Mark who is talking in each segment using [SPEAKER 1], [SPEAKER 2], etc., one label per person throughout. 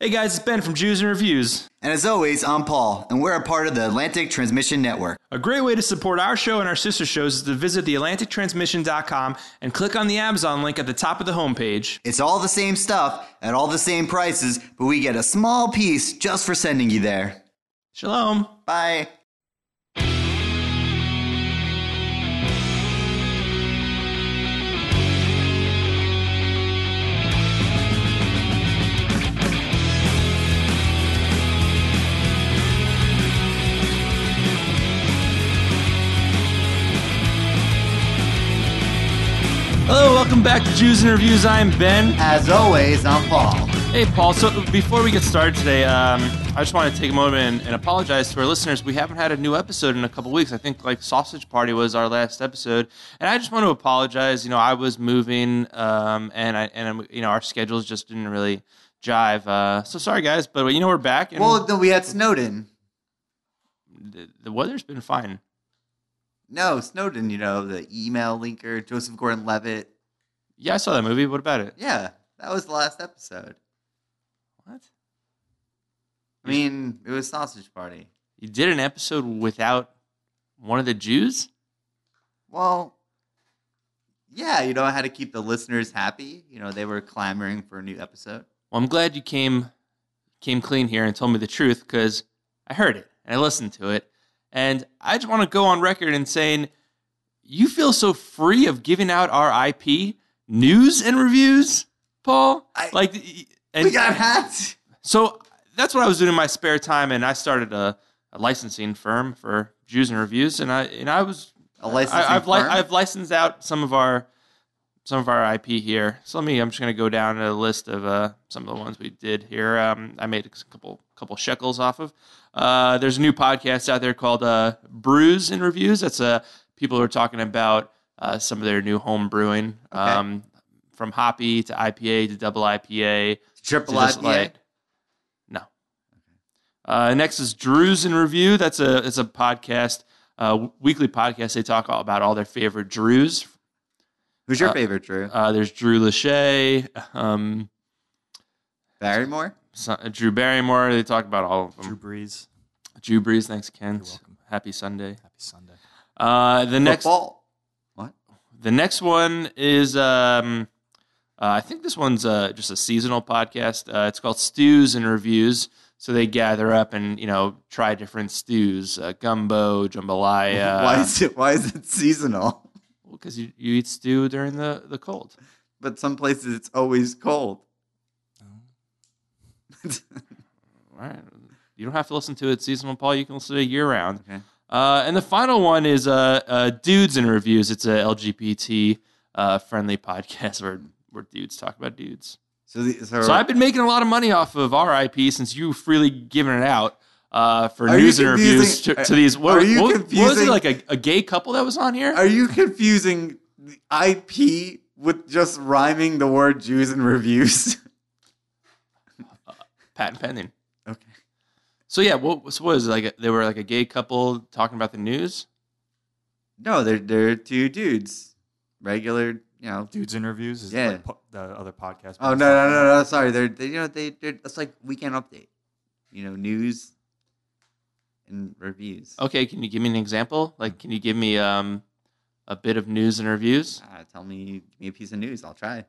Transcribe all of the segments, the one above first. [SPEAKER 1] Hey guys, it's Ben from Jews and Reviews.
[SPEAKER 2] And as always, I'm Paul, and we're a part of the Atlantic Transmission Network.
[SPEAKER 1] A great way to support our show and our sister shows is to visit theatlantictransmission.com and click on the Amazon link at the top of the homepage.
[SPEAKER 2] It's all the same stuff at all the same prices, but we get a small piece just for sending you there.
[SPEAKER 1] Shalom.
[SPEAKER 2] Bye.
[SPEAKER 1] Hello, welcome back to Jews and Reviews. I am Ben.
[SPEAKER 2] As always, I'm Paul.
[SPEAKER 1] Hey, Paul. So before we get started today, um, I just want to take a moment and, and apologize to our listeners. We haven't had a new episode in a couple weeks. I think like Sausage Party was our last episode, and I just want to apologize. You know, I was moving, um, and I and um, you know our schedules just didn't really jive. Uh, so sorry, guys, but you know we're back. And
[SPEAKER 2] Well, no, we had Snowden.
[SPEAKER 1] the, the weather's been fine.
[SPEAKER 2] No, Snowden, you know, the email linker, Joseph Gordon Levitt.
[SPEAKER 1] Yeah, I saw that movie. What about it?
[SPEAKER 2] Yeah, that was the last episode.
[SPEAKER 1] What?
[SPEAKER 2] I mean, it was Sausage Party.
[SPEAKER 1] You did an episode without one of the Jews?
[SPEAKER 2] Well, yeah, you know, I had to keep the listeners happy. You know, they were clamoring for a new episode.
[SPEAKER 1] Well, I'm glad you came came clean here and told me the truth because I heard it and I listened to it, and I just want to go on record and saying you feel so free of giving out our IP news and reviews, Paul.
[SPEAKER 2] I-
[SPEAKER 1] like, y- and
[SPEAKER 2] we got hacked.
[SPEAKER 1] so that's what I was doing in my spare time, and I started a, a licensing firm for Jews and reviews, and I and I was
[SPEAKER 2] A licensing
[SPEAKER 1] I, I've, li-
[SPEAKER 2] firm?
[SPEAKER 1] I've licensed out some of our some of our IP here. So let me. I'm just gonna go down a list of uh, some of the ones we did here. Um, I made a couple couple shekels off of. Uh, there's a new podcast out there called uh, Brews and Reviews. That's uh, people who are talking about uh, some of their new home brewing, um, from hoppy to IPA to double IPA to
[SPEAKER 2] Triple
[SPEAKER 1] just,
[SPEAKER 2] IPA.
[SPEAKER 1] like- no. Uh, next is Drews in Review. That's a it's a podcast, uh, weekly podcast. They talk all about all their favorite Drews.
[SPEAKER 2] Who's your
[SPEAKER 1] uh,
[SPEAKER 2] favorite, Drew?
[SPEAKER 1] Uh, there's Drew Lachey, um,
[SPEAKER 2] Barrymore?
[SPEAKER 1] so- Drew Barrymore. They talk about all of
[SPEAKER 3] Drew
[SPEAKER 1] them.
[SPEAKER 3] Brees.
[SPEAKER 1] Drew, Brees. Thanks, Ken.
[SPEAKER 3] You're welcome.
[SPEAKER 1] Happy Sunday.
[SPEAKER 3] Happy Sunday.
[SPEAKER 1] Uh, the next
[SPEAKER 2] Football? What?
[SPEAKER 1] the next one is um, uh, I think this one's uh, just a seasonal podcast. Uh, it's called Stews and Reviews. So they gather up and you know try different stews, uh, gumbo, jambalaya.
[SPEAKER 2] why is it why is it seasonal?
[SPEAKER 1] Because you, you eat stew during the, the cold.
[SPEAKER 2] But some places it's always cold.
[SPEAKER 1] All right. You don't have to listen to it seasonal, Paul. You can listen to it year round.
[SPEAKER 2] Okay.
[SPEAKER 1] Uh, and the final one is uh, uh, Dudes in Reviews. It's a LGBT uh, friendly podcast where, where dudes talk about dudes.
[SPEAKER 2] So, the, so,
[SPEAKER 1] So I've been making a lot of money off of RIP since you freely giving it out uh, for
[SPEAKER 2] Are you
[SPEAKER 1] news and reviews to,
[SPEAKER 2] confusing-
[SPEAKER 1] to these. What,
[SPEAKER 2] are you
[SPEAKER 1] what- what was it
[SPEAKER 2] confusing-
[SPEAKER 1] like a, a gay couple that was on here?
[SPEAKER 2] are you confusing the IP with just rhyming the word Jews and reviews?
[SPEAKER 1] Patent pending.
[SPEAKER 2] okay.
[SPEAKER 1] So yeah, what, was- what was it like? A, they were like a gay couple talking about the news.
[SPEAKER 2] No, they're they're two dudes. Regular, you know.
[SPEAKER 3] Dudes interviews is
[SPEAKER 2] Yeah.
[SPEAKER 3] like po- the other podcast.
[SPEAKER 2] Oh no, no, no, no, sorry. They're they, you know, they they're it's like weekend update. You know, news and reviews.
[SPEAKER 1] Okay, can you give me an example? Like, can you give me um, a bit of news and reviews?
[SPEAKER 2] Ah, tell me give me a piece of news, I'll try.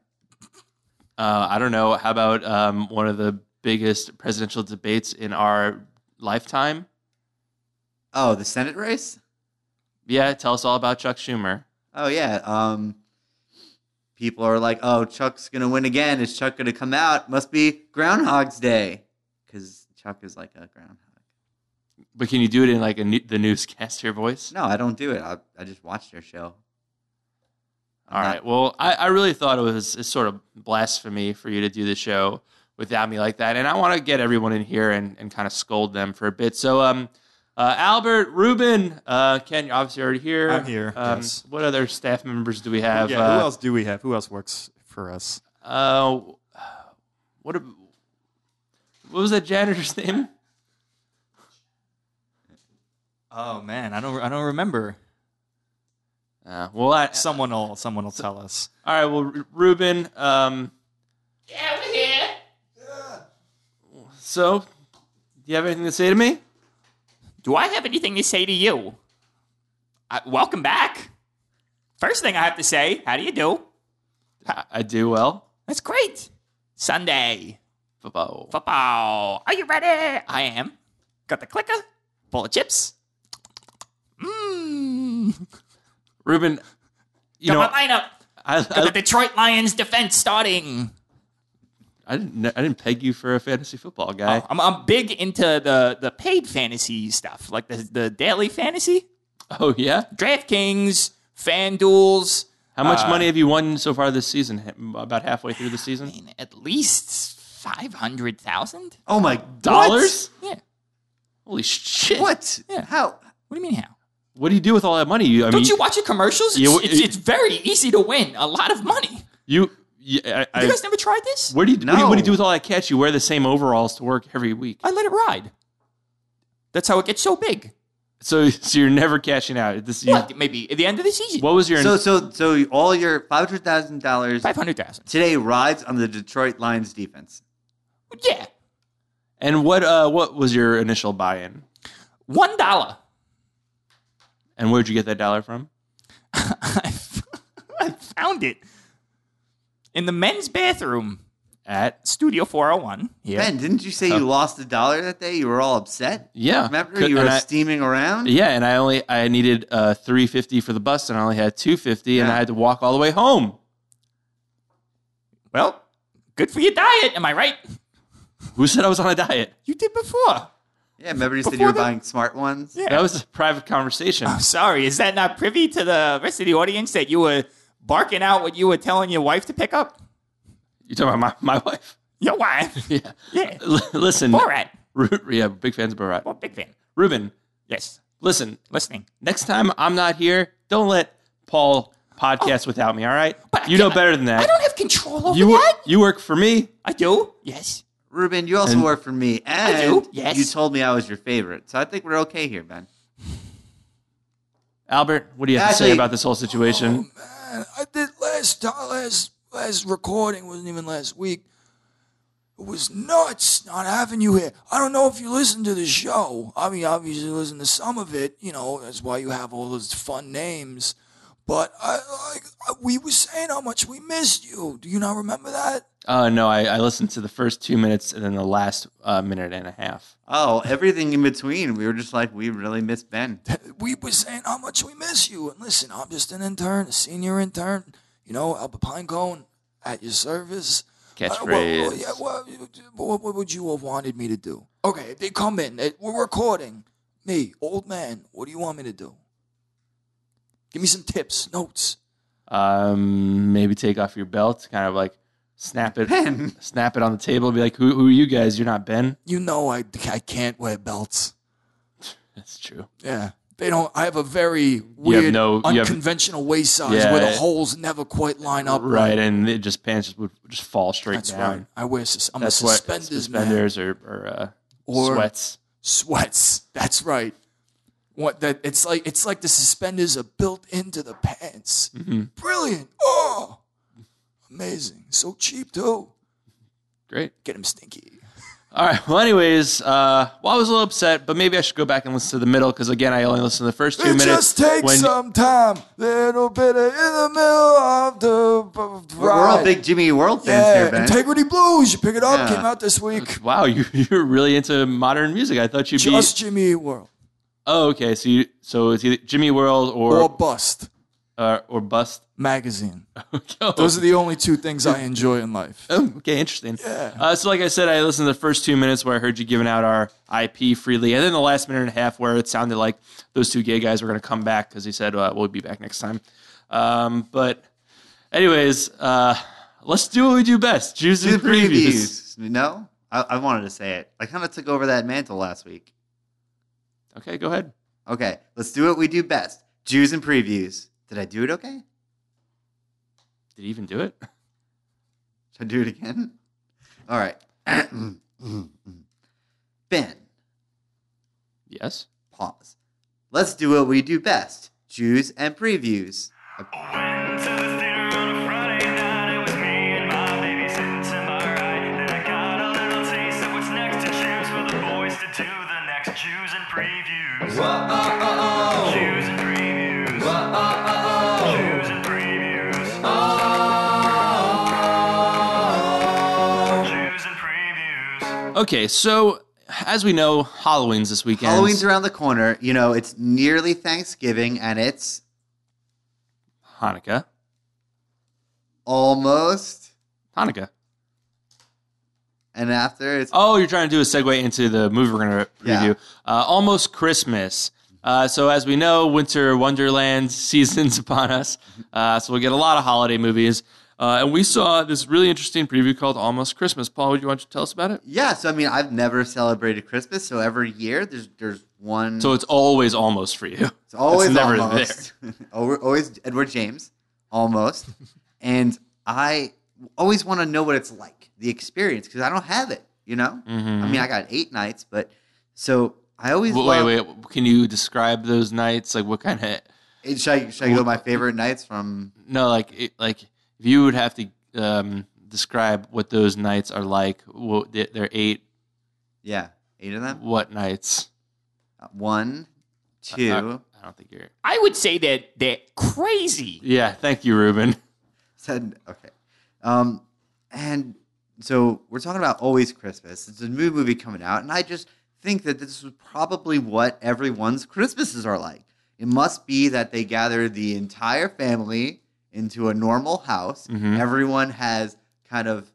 [SPEAKER 1] Uh, I don't know. How about um, one of the biggest presidential debates in our lifetime?
[SPEAKER 2] Oh, the Senate race?
[SPEAKER 1] Yeah, tell us all about Chuck Schumer.
[SPEAKER 2] Oh yeah. Um people are like, "Oh, Chuck's going to win again. Is Chuck going to come out? Must be Groundhog's Day." Cuz Chuck is like a groundhog.
[SPEAKER 1] But can you do it in like a new, the newscaster voice?
[SPEAKER 2] No, I don't do it. I I just watch their show.
[SPEAKER 1] All right. Well, I, I really thought it was it's sort of blasphemy for you to do the show without me like that. And I want to get everyone in here and, and kind of scold them for a bit. So, um, uh, Albert, Ruben, uh, Ken, you're obviously already here.
[SPEAKER 3] I'm here,
[SPEAKER 1] Um,
[SPEAKER 3] yes.
[SPEAKER 1] What other staff members do we have?
[SPEAKER 3] Yeah,
[SPEAKER 2] Uh,
[SPEAKER 3] who else do we have? Who else works for us?
[SPEAKER 1] uh, uh, what, ab- what was that janitor's name?
[SPEAKER 3] Oh man, I don't. I don't remember.
[SPEAKER 1] Uh, well, I,
[SPEAKER 3] Someone will. Someone will tell us.
[SPEAKER 1] all right. Well, Ru- Ruben, um,
[SPEAKER 4] Yeah, we're here.
[SPEAKER 1] So, do you have anything to say to me?
[SPEAKER 4] Do I have anything to say to you? Uh, welcome back. First thing I have to say, how do you do?
[SPEAKER 1] I- I do well.
[SPEAKER 4] That's great. Sunday
[SPEAKER 1] Football.
[SPEAKER 4] football. Are you ready? I am. Got the clicker. Bowl of chips. Mmm.
[SPEAKER 1] Ruben, you
[SPEAKER 4] Got
[SPEAKER 1] know,
[SPEAKER 4] my
[SPEAKER 1] I,
[SPEAKER 4] lineup. Got the
[SPEAKER 1] I,
[SPEAKER 2] Uh,
[SPEAKER 4] Detroit Lions defense starting.
[SPEAKER 1] I didn't kn- I didn't peg you for a fantasy football guy.
[SPEAKER 4] Oh, I'm, I'm big into the, the paid fantasy stuff, like the, the daily fantasy,
[SPEAKER 1] Oh yeah,
[SPEAKER 4] DraftKings, FanDuel's.
[SPEAKER 1] how much
[SPEAKER 4] Uh,
[SPEAKER 1] money have you won so far this season? H- About halfway through the season,
[SPEAKER 4] I mean, at least 500,000?
[SPEAKER 2] Oh my
[SPEAKER 1] dollars?
[SPEAKER 4] Yeah.
[SPEAKER 1] Holy shit!
[SPEAKER 2] What?
[SPEAKER 4] Yeah.
[SPEAKER 2] How?
[SPEAKER 4] What do you mean how?
[SPEAKER 1] What do you do with all that money? You, I
[SPEAKER 4] Don't
[SPEAKER 1] mean,
[SPEAKER 4] you watch the commercials? It's,
[SPEAKER 1] You-
[SPEAKER 4] it's, it's very easy to win a lot of money.
[SPEAKER 1] you, you I, I,
[SPEAKER 4] You guys never tried this?
[SPEAKER 1] what do you, what do you what do you do
[SPEAKER 2] No.
[SPEAKER 1] with all that cash? You wear the same overalls to work every week,
[SPEAKER 4] I let it ride. That's how it gets so big.
[SPEAKER 1] so so you're never cashing out. This you, what?
[SPEAKER 4] What? Maybe at the end of the season.
[SPEAKER 1] was your
[SPEAKER 2] So so so all your five hundred thousand dollars
[SPEAKER 4] 500,000.
[SPEAKER 2] today rides on the Detroit Lions defense.
[SPEAKER 4] Yeah.
[SPEAKER 1] and what uh what was your initial buy-in
[SPEAKER 4] One dollar.
[SPEAKER 1] and where'd you get that dollar from?
[SPEAKER 4] I found it in the men's bathroom,
[SPEAKER 1] At
[SPEAKER 4] Studio 401. Yeah.
[SPEAKER 2] Ben, didn't you say you lost a dollar that day? You were all upset.
[SPEAKER 1] Uh, yeah,
[SPEAKER 2] Remember,
[SPEAKER 1] Could-
[SPEAKER 2] you were
[SPEAKER 1] and I-
[SPEAKER 2] steaming around.
[SPEAKER 1] Yeah, and I only I needed uh, three fifty for the bus, and I only had two fifty, and I had to walk all the way home.
[SPEAKER 4] Well, good for your diet. Am I right?
[SPEAKER 1] Who said I was on a diet?
[SPEAKER 4] You did before.
[SPEAKER 2] Yeah, remember you said you
[SPEAKER 4] Before
[SPEAKER 2] were
[SPEAKER 4] the-
[SPEAKER 2] buying smart ones.
[SPEAKER 4] Yeah. Oh.
[SPEAKER 1] That was a private conversation.
[SPEAKER 4] I'm sorry. Is that not privy to the rest of the audience that you were barking out what you were telling your wife to pick up?
[SPEAKER 1] You talking about my, my wife?
[SPEAKER 4] Your wife.
[SPEAKER 1] Yeah.
[SPEAKER 4] Yeah.
[SPEAKER 1] L- listen,
[SPEAKER 4] Borat.
[SPEAKER 1] Ru- yeah, big fans of Borat.
[SPEAKER 4] Well, big fan.
[SPEAKER 1] Ruben,
[SPEAKER 4] Yes.
[SPEAKER 1] listen.
[SPEAKER 4] Listening.
[SPEAKER 1] Next time I'm not here, don't let Paul podcast without me. All right?
[SPEAKER 4] Oh. But I
[SPEAKER 1] you know
[SPEAKER 4] can't-
[SPEAKER 1] better than that.
[SPEAKER 4] I don't have control over
[SPEAKER 1] you wor-
[SPEAKER 4] that.
[SPEAKER 1] you work for me.
[SPEAKER 4] I do. Yes.
[SPEAKER 2] Ruben, you also
[SPEAKER 1] And-
[SPEAKER 2] work for me, and
[SPEAKER 4] do, yes.
[SPEAKER 2] you told me I was your favorite, so I think we're okay here, Ben.
[SPEAKER 1] Albert, what do you have to say
[SPEAKER 2] Actually-
[SPEAKER 1] about this whole situation?
[SPEAKER 5] I did last ti- last last recording wasn't even last week. It was nuts not having you here. I don't know if you listen to the show. I mean, obviously you listen to some of it. You know that's why you have all those fun names. But I, like I, we were saying how much we missed you. Do you not remember that?
[SPEAKER 1] Uh, no, I, I listened to the first two minutes and then the last uh, minute and a half.
[SPEAKER 2] Oh, everything in between. We were just like, we really miss Ben.
[SPEAKER 5] we were saying how much we miss you. And listen, I'm just an intern, a senior intern. You know, Albert Pinecone at your service. what-
[SPEAKER 1] Catchphrase.
[SPEAKER 5] what- Uh, yeah, what, what, what would you have wanted me to do? Okay, if they come in, eh, we're recording. Me, old man, what do you want me to do? Give me some tips, notes.
[SPEAKER 1] Um, maybe take off your belt, kind of like snap it,
[SPEAKER 2] Ben.
[SPEAKER 1] snap it on the table, be like, "Who, who are you guys? You're not Ben."
[SPEAKER 5] You know, I, I can't wear belts.
[SPEAKER 1] That's true.
[SPEAKER 5] Yeah. They don't. I have a very weird,
[SPEAKER 1] no- you have-
[SPEAKER 5] unconventional waist size
[SPEAKER 1] Yeah,
[SPEAKER 5] where
[SPEAKER 1] it-
[SPEAKER 5] the holes never quite line up.
[SPEAKER 1] Right, and it just pants just would just fall straight
[SPEAKER 5] That's
[SPEAKER 1] down.
[SPEAKER 5] right. I wear. Sus- I'm
[SPEAKER 1] That's
[SPEAKER 5] a
[SPEAKER 1] what
[SPEAKER 5] suspenders, man.
[SPEAKER 1] suspenders or, or, uh,
[SPEAKER 5] Or-
[SPEAKER 1] sweats.
[SPEAKER 5] sweats. That's right. What that it's like it's like the suspenders are built into the pants.
[SPEAKER 2] Mm-hmm.
[SPEAKER 5] Brilliant. Oh. Amazing. So cheap too.
[SPEAKER 1] Great.
[SPEAKER 5] Get him stinky.
[SPEAKER 1] All right. Well, anyways, uh, well, I was a little upset, but maybe I should go back and listen to the middle because again, I only listened to the first two
[SPEAKER 5] it
[SPEAKER 1] minutes.
[SPEAKER 5] just takes
[SPEAKER 1] when-
[SPEAKER 5] some time. Little bit of in the middle of the b-
[SPEAKER 2] We're we're all
[SPEAKER 5] ride.
[SPEAKER 2] big Jimmy World fans
[SPEAKER 5] yeah,
[SPEAKER 2] here, Ben.
[SPEAKER 5] Integrity Blues. You pick it up.
[SPEAKER 2] Yeah.
[SPEAKER 5] Came out this week.
[SPEAKER 1] Wow, you you're really into modern music. I thought you'd
[SPEAKER 5] Just
[SPEAKER 1] be.
[SPEAKER 5] Jimmy Eat World
[SPEAKER 1] Oh, okay. So you so it's either Jimmy World or
[SPEAKER 5] or
[SPEAKER 1] or,
[SPEAKER 5] Bust
[SPEAKER 1] uh, or Bust.
[SPEAKER 5] magazine.
[SPEAKER 1] Oh,
[SPEAKER 5] Those are the only two things I enjoy in life.
[SPEAKER 1] Oh, okay, interesting. Uh, so, like I said, I listened to the first two minutes where I heard you giving out our IP freely, and then the last minute and a half where it sounded like those two gay guys were going to come back because he said uh, we'll be back next time. Um, but, anyways, uh, let's do what we do best: Jews
[SPEAKER 2] Do
[SPEAKER 1] and
[SPEAKER 2] the
[SPEAKER 1] previews.
[SPEAKER 2] previews. No, I, I wanted to say it. I kind of took over that mantle last week.
[SPEAKER 1] Okay, go ahead.
[SPEAKER 2] Okay, let's do what we do best: Jews and previews. Did I do it okay?
[SPEAKER 1] Did he even do it?
[SPEAKER 2] Should I do it again? All right. ben,
[SPEAKER 1] Yes.
[SPEAKER 2] pause. Let's do what we do best: Jews and previews.
[SPEAKER 6] Then I got a little taste of what's next and previews. News and previews. News and previews. News and previews.
[SPEAKER 1] Okay, so as we know, Halloween's this weekend.
[SPEAKER 2] Halloween's around the corner. You know, it's nearly Thanksgiving and it's
[SPEAKER 1] Hanukkah.
[SPEAKER 2] almost.
[SPEAKER 1] Hanukkah.
[SPEAKER 2] And after it's
[SPEAKER 1] Oh, you're trying to do a segue into the movie we're going to
[SPEAKER 2] Yeah.
[SPEAKER 1] preview. Uh, almost Christmas. Uh, so, as we know, winter wonderland season's upon us. Uh, so, we'll get a lot of holiday movies. Uh, and we saw this really interesting preview called Almost Christmas. Paul, would you want to tell us about it?
[SPEAKER 2] yeah. So I mean, I've never celebrated Christmas, so every year there's there's one.
[SPEAKER 1] So, it's always almost for you.
[SPEAKER 2] It's always
[SPEAKER 1] never
[SPEAKER 2] almost. Alwa- always Edward James, almost. and I always want to know what it's like, the experience, because I don't have it. You know, I mean, I got eight nights, but so I always
[SPEAKER 1] Mm-hmm. Wait,
[SPEAKER 2] love-
[SPEAKER 1] wait, wait. Can you describe those nights? Like, what kind of.
[SPEAKER 2] It- Should I, should I go my favorite nights from?
[SPEAKER 1] No, like, it, like if you would have to um, describe what those nights are like, what, there there are eight,
[SPEAKER 2] Yeah, eight of them.
[SPEAKER 1] what nights?
[SPEAKER 2] One, two.
[SPEAKER 1] Uh, I don't think you're.
[SPEAKER 4] I would say that they're crazy.
[SPEAKER 1] Yeah, thank you, Ruben.
[SPEAKER 2] Said okay. Um, and so we're talking about Always Christmas. It's a new movie coming out, and I just think that this is probably what everyone's Christmases are like. It must be that they gather the entire family into a normal house.
[SPEAKER 1] Mhm.
[SPEAKER 2] Everyone has kind of.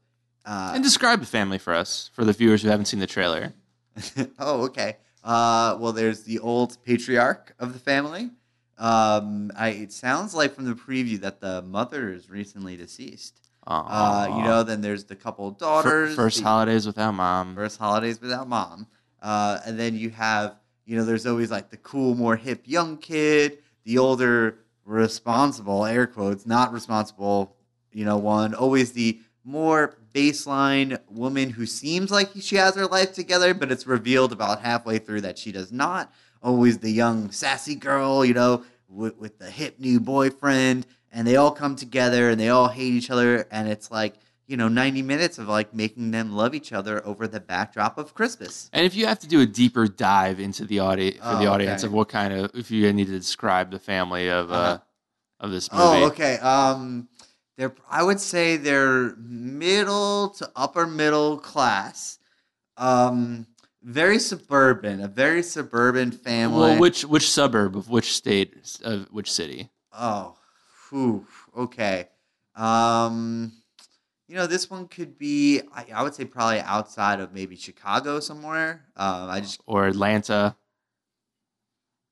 [SPEAKER 2] Uh,
[SPEAKER 1] And describe the family for us, for the viewers who haven't seen the trailer.
[SPEAKER 2] oh, okay. Uh, well, there's the old patriarch of the family. Um, I, it sounds like from the preview that the mother is recently deceased. Uh, you know, then there's the couple
[SPEAKER 1] Fir-
[SPEAKER 2] daughters.
[SPEAKER 1] first
[SPEAKER 2] the
[SPEAKER 1] holidays without mom.
[SPEAKER 2] first holidays without mom. Uh, and then you have, you know, there's always like the cool, more hip young kid, the older responsible, air quotes, not responsible, you know, one, always the more baseline woman who seems like she has her life together, but it's revealed about halfway through that she does not. Always the young, sassy girl, you know, with, with the hip new boyfriend. And they all come together and they all hate each other. And it's like, you know, 90 minutes of like making them love each other over the backdrop of Christmas.
[SPEAKER 1] And if you have to do a deeper dive into the audience for the
[SPEAKER 2] Oh,
[SPEAKER 1] audience
[SPEAKER 2] okay.
[SPEAKER 1] of what kind of, if you need to describe the family of uh,
[SPEAKER 2] Uh-huh.
[SPEAKER 1] of this movie,
[SPEAKER 2] Oh, okay. Um, they're, I would say they're middle to upper middle class. Um, very suburban, a very suburban family.
[SPEAKER 1] well, which which suburb of which state of which city?
[SPEAKER 2] Oh, whew, okay. Um, you know, this one could be, I, I would say, probably outside of maybe Chicago somewhere. Um, I just, oh,
[SPEAKER 1] or Atlanta.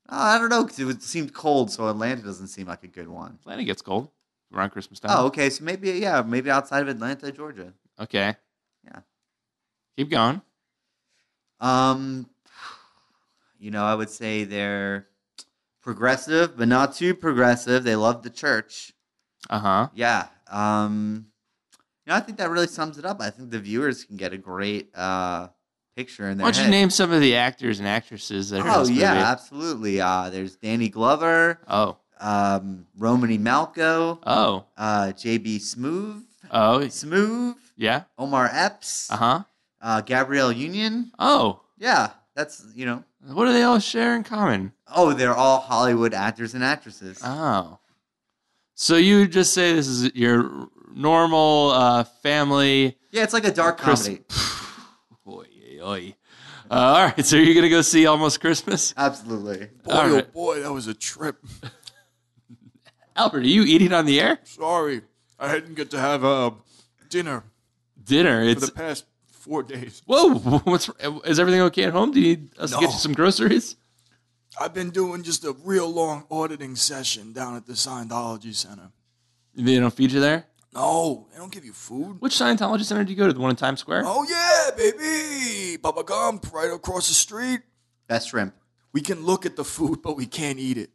[SPEAKER 2] I don't know, because it would- seemed cold, so Atlanta doesn't seem like a good one.
[SPEAKER 1] Atlanta gets cold around Christmas time.
[SPEAKER 2] Oh, okay. So maybe, yeah, maybe outside of Atlanta, Georgia.
[SPEAKER 1] okay.
[SPEAKER 2] Oh. Yeah.
[SPEAKER 1] Keep going.
[SPEAKER 2] Um, you know, I would say they're progressive, but not too progressive. They love the church.
[SPEAKER 1] Uh huh.
[SPEAKER 2] Yeah. Um, you know, I think that really sums it up. I think the viewers can get a great uh, picture in
[SPEAKER 1] Why
[SPEAKER 2] their
[SPEAKER 1] don't you
[SPEAKER 2] head.
[SPEAKER 1] name some of the actors and actresses that are in
[SPEAKER 2] oh
[SPEAKER 1] this
[SPEAKER 2] yeah,
[SPEAKER 1] movie?
[SPEAKER 2] absolutely. Uh, there's Danny Glover,
[SPEAKER 1] Oh,
[SPEAKER 2] um, Romany Malco,
[SPEAKER 1] oh,
[SPEAKER 2] uh, J.B. Smoove,
[SPEAKER 1] oh,
[SPEAKER 2] Smoove,
[SPEAKER 1] yeah.
[SPEAKER 2] Omar Epps,
[SPEAKER 1] Uh huh.
[SPEAKER 2] uh, Gabrielle Union.
[SPEAKER 1] Oh,
[SPEAKER 2] Yeah, that's you know.
[SPEAKER 1] what do they all share in common?
[SPEAKER 2] Oh, they're all Hollywood actors and actresses.
[SPEAKER 1] Oh, so you would just say this is your normal uh, family?
[SPEAKER 2] yeah, it's like a dark
[SPEAKER 1] Chris-
[SPEAKER 2] comedy.
[SPEAKER 1] Oy, oy, oy. Uh, all right, so you're gonna go see Almost Christmas?
[SPEAKER 2] Absolutely.
[SPEAKER 5] Boy,
[SPEAKER 1] All
[SPEAKER 5] oh
[SPEAKER 1] right.
[SPEAKER 5] boy, that was a trip.
[SPEAKER 1] Albert, are you eating on the air?
[SPEAKER 5] Sorry, I didn't get to have uh, dinner
[SPEAKER 1] Dinner?
[SPEAKER 5] for
[SPEAKER 1] It's
[SPEAKER 5] the past four days.
[SPEAKER 1] whoa. What's is everything okay at home? Do you need us to get
[SPEAKER 5] No.
[SPEAKER 1] you some groceries?
[SPEAKER 5] I've been doing just a real long auditing session down at the Scientology Center.
[SPEAKER 1] They don't feed you there.
[SPEAKER 5] No, they don't give you food.
[SPEAKER 1] Which Scientology center do you go to? The one in Times Square?
[SPEAKER 5] Oh yeah, baby, Baba Gump right across the street.
[SPEAKER 2] Best shrimp.
[SPEAKER 5] We can look at the food, but we can't eat it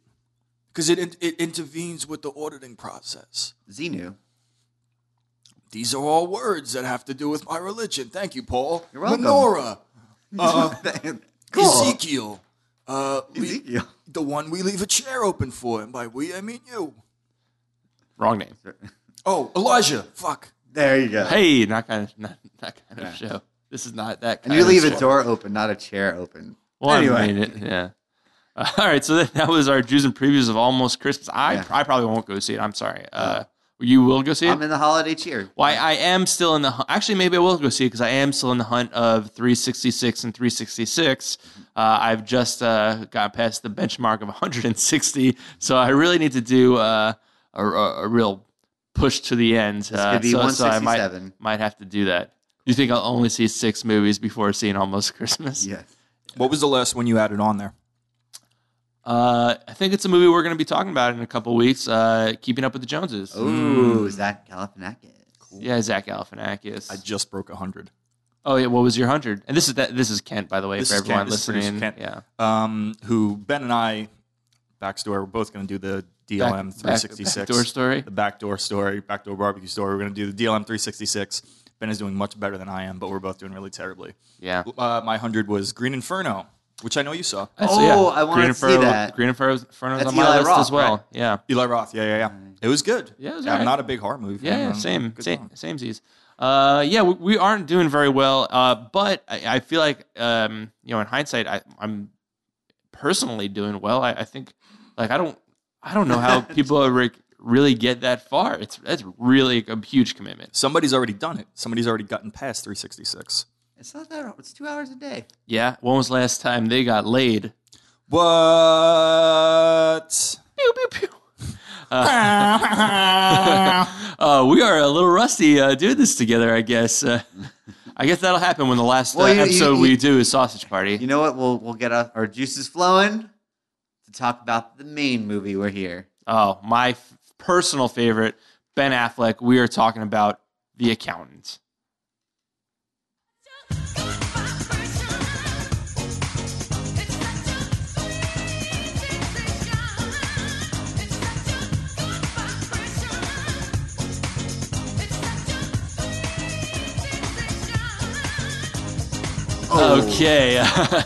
[SPEAKER 5] because it in- it intervenes with the auditing process.
[SPEAKER 2] Xenu.
[SPEAKER 5] These are all words that have to do with my religion. Thank you, Paul.
[SPEAKER 2] You're welcome.
[SPEAKER 5] Menorah, uh,
[SPEAKER 1] Uh-uh.
[SPEAKER 2] Cool.
[SPEAKER 5] Ezekiel, uh, le-
[SPEAKER 2] Ezekiel.
[SPEAKER 5] the one we leave a chair open for, and by we I mean you.
[SPEAKER 1] Wrong name.
[SPEAKER 5] Oh, Elijah. Fuck.
[SPEAKER 2] There you go.
[SPEAKER 1] Hey, not kind of not that kind of show. This is not that kind
[SPEAKER 2] And you
[SPEAKER 1] of
[SPEAKER 2] leave a
[SPEAKER 1] show.
[SPEAKER 2] door open, not a chair open.
[SPEAKER 1] Well, I
[SPEAKER 2] Anyway.
[SPEAKER 1] mean, it, yeah. Uh, all right, so that, that was our Jews and previews of Almost Christmas. I
[SPEAKER 2] Yeah.
[SPEAKER 1] I probably won't go see it. I'm sorry. Uh, you will go see it.
[SPEAKER 2] I'm in the holiday cheer.
[SPEAKER 1] Why I am still in the hu- actually maybe I will go see it because I am still in the hunt of 366 and 366. Uh, I've just uh, got past the benchmark of 160, so I really need to do uh, a, a, a real push to the end. This
[SPEAKER 2] could be
[SPEAKER 1] so, so I might
[SPEAKER 2] 167.
[SPEAKER 1] might have to do that. You think I'll only see six movies before seeing Almost Christmas?
[SPEAKER 2] Yes.
[SPEAKER 3] What was the last one you added on there?
[SPEAKER 1] Uh, I think it's a movie we're going to be talking about in a couple weeks. Uh, Keeping Up with the Joneses.
[SPEAKER 3] Oh.
[SPEAKER 2] Ooh, Zach Galifianakis.
[SPEAKER 1] Yeah, Zach Galifianakis.
[SPEAKER 3] I just broke 100.
[SPEAKER 1] Oh yeah, what was your hundred? And this is that. This is Kent, by the way,
[SPEAKER 3] This
[SPEAKER 1] for
[SPEAKER 3] is
[SPEAKER 1] everyone
[SPEAKER 3] Kent. This is producer
[SPEAKER 1] listening.
[SPEAKER 3] Kent.
[SPEAKER 1] Yeah,
[SPEAKER 3] Um, who Ben and I, backstory, we're both going to do the DLM 366.
[SPEAKER 1] door story.
[SPEAKER 3] the backdoor story, backdoor barbecue story. We're going to do the DLM 366. Ben is doing much better than I am, but we're both doing really terribly.
[SPEAKER 2] Oh,
[SPEAKER 1] Yeah.
[SPEAKER 3] Uh, my 100 was Green Inferno, which I know you saw.
[SPEAKER 1] So,
[SPEAKER 2] Oh, I wanted
[SPEAKER 1] Green
[SPEAKER 2] to see
[SPEAKER 1] Inferno-
[SPEAKER 2] that.
[SPEAKER 1] Green Inferno Inferno's
[SPEAKER 2] That's
[SPEAKER 1] on my
[SPEAKER 2] Eli
[SPEAKER 1] list
[SPEAKER 2] Roth,
[SPEAKER 1] as well.
[SPEAKER 2] right?
[SPEAKER 1] Yeah,
[SPEAKER 3] Eli Roth. Yeah, yeah, yeah. It was good.
[SPEAKER 1] mm. Yeah, it was
[SPEAKER 3] I'm
[SPEAKER 1] alright.
[SPEAKER 3] not a big horror movie fan.
[SPEAKER 1] yeah, yeah
[SPEAKER 3] but
[SPEAKER 1] same,
[SPEAKER 3] good
[SPEAKER 1] same,
[SPEAKER 3] film.
[SPEAKER 1] same. Uh, yeah, we, we aren't doing very well. Uh, but I, I feel like um, you know, in hindsight, I, I'm personally doing well. I, I think, like, I don't, I don't know how people are re- really get that far. It's that's really a huge commitment.
[SPEAKER 3] Somebody's already done it. Somebody's already gotten past 366.
[SPEAKER 2] It's not that. It's two hours a day.
[SPEAKER 1] Yeah. When was the last time they got laid?
[SPEAKER 3] What?
[SPEAKER 1] Pew, pew, pew. Uh, uh, we are a little rusty uh, doing this together, I guess. Uh, I guess that'll happen when the last
[SPEAKER 2] Well,
[SPEAKER 1] uh,
[SPEAKER 2] you- you-
[SPEAKER 1] episode
[SPEAKER 2] you-
[SPEAKER 1] we do is Sausage Party.
[SPEAKER 2] You know what? We'll we'll get our, our juices flowing to talk about the main movie we're here.
[SPEAKER 1] oh, my f- personal favorite, Ben Affleck. We are talking about The Accountant. Okay.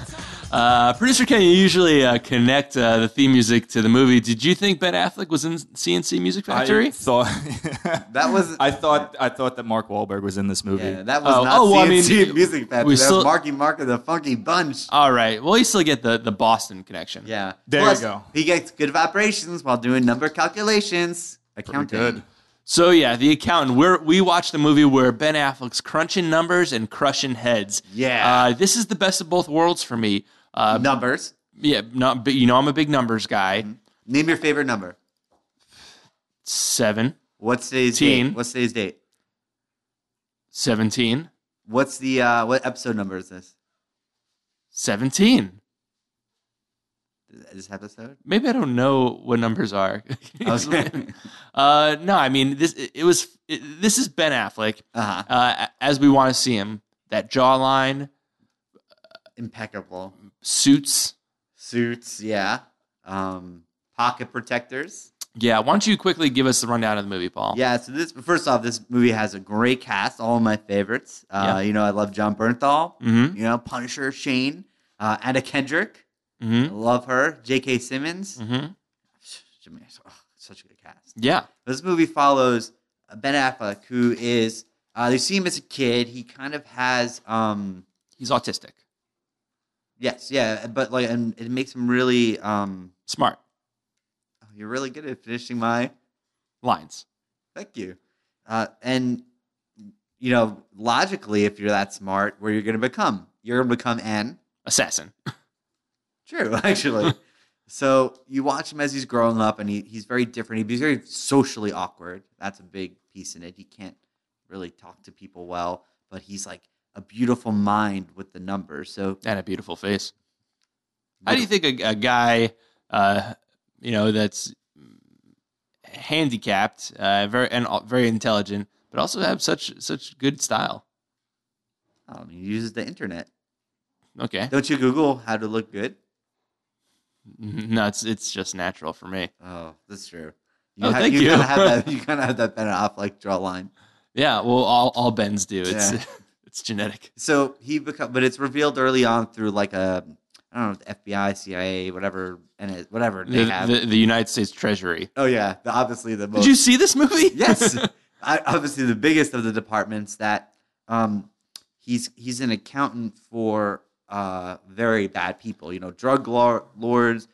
[SPEAKER 1] Uh, Producer Ken, you usually uh, connect uh, the theme music to the movie. Did you think Ben Affleck was in CNC Music Factory?
[SPEAKER 3] I thought
[SPEAKER 2] That was-
[SPEAKER 3] I thought I thought that Mark Wahlberg was in this movie.
[SPEAKER 2] Yeah, that was
[SPEAKER 1] Oh,
[SPEAKER 2] not
[SPEAKER 1] oh, well, I mean,
[SPEAKER 2] CNC Music Factory. That was
[SPEAKER 1] still- Uh,
[SPEAKER 2] Marky Mark of the Funky Bunch.
[SPEAKER 1] All right. Well, you still get the, the Boston connection.
[SPEAKER 2] Yeah.
[SPEAKER 3] There you
[SPEAKER 2] Plus,
[SPEAKER 3] go.
[SPEAKER 2] He gets good vibrations while doing number calculations. Accounting.
[SPEAKER 3] good.
[SPEAKER 1] So yeah, the accountant. We're, we watched the movie where Ben Affleck's crunching numbers and crushing heads.
[SPEAKER 2] Yeah.
[SPEAKER 1] uh, this is the best of both worlds for me. Uh,
[SPEAKER 2] Numbers.
[SPEAKER 1] yeah, not but you know I'm a big numbers guy.
[SPEAKER 2] Mm-hmm. Name your favorite number.
[SPEAKER 1] Seven,
[SPEAKER 2] What's today's
[SPEAKER 1] Teen.
[SPEAKER 2] date? What's today's date?
[SPEAKER 1] seventeen,
[SPEAKER 2] What's the uh, what episode number is this?
[SPEAKER 1] seventeen.
[SPEAKER 2] This episode?
[SPEAKER 1] Maybe I don't know what numbers are.
[SPEAKER 2] I was-
[SPEAKER 1] uh, no, I mean this. It, it was. It, this is Ben Affleck
[SPEAKER 2] uh-huh.
[SPEAKER 1] uh, as we want to see him. That jawline,
[SPEAKER 2] Impeccable.
[SPEAKER 1] suits.
[SPEAKER 2] Suits, yeah. Um, pocket protectors.
[SPEAKER 1] Yeah, why don't you quickly give us the rundown of the movie, Paul?
[SPEAKER 2] Yeah, so this first off, this movie has a great cast, all of my favorites. Uh,
[SPEAKER 1] Yeah.
[SPEAKER 2] you know, I love John Bernthal,
[SPEAKER 1] Mhm.
[SPEAKER 2] you know, Punisher Shane, uh, Anna Kendrick.
[SPEAKER 1] Mm-hmm.
[SPEAKER 2] I love her. J.K. Simmons.
[SPEAKER 1] Mm-hmm.
[SPEAKER 2] Jimmy, oh, such a good cast.
[SPEAKER 1] Yeah.
[SPEAKER 2] This movie follows uh, Ben Affleck, who is, uh, they see him as a kid. He kind of has, um,
[SPEAKER 1] He's autistic.
[SPEAKER 2] yes, yeah, but like, and it makes him really, um,
[SPEAKER 1] Smart.
[SPEAKER 2] oh, you're really good at finishing my,
[SPEAKER 1] Lines.
[SPEAKER 2] thank you. Uh, and, you know, logically, if you're that smart, where you're going to become? You're going to become an
[SPEAKER 1] Assassin.
[SPEAKER 2] True, actually. so you watch him as he's growing up, and he, he's very different. He's very socially awkward. That's a big piece in it. He can't really talk to people well, but he's like a beautiful mind with the numbers. So
[SPEAKER 1] And a beautiful face. How do you think a, a guy, uh, you know, that's handicapped, uh, very and al- very intelligent, but also have such such good style?
[SPEAKER 2] um, he uses the internet.
[SPEAKER 1] Okay,
[SPEAKER 2] Don't you Google how to look good?
[SPEAKER 1] no, it's it's just natural for me.
[SPEAKER 2] Oh, that's true.
[SPEAKER 1] Oh, thank you.
[SPEAKER 2] Kinda have that, you kind of have that Ben Affleck draw line.
[SPEAKER 1] Yeah, well, all all Bens do. It's
[SPEAKER 2] Yeah.
[SPEAKER 1] it's genetic.
[SPEAKER 2] So he become, but it's revealed early on through like a, I don't know, the FBI, CIA, whatever, and it, whatever they
[SPEAKER 1] The,
[SPEAKER 2] have.
[SPEAKER 1] the, the United States Treasury.
[SPEAKER 2] oh yeah, the, obviously the most.
[SPEAKER 1] Did you see this movie?
[SPEAKER 2] yes. I, obviously, the biggest of the departments that um, he's he's an accountant for uh, very very bad people. You know, drug lor- lords,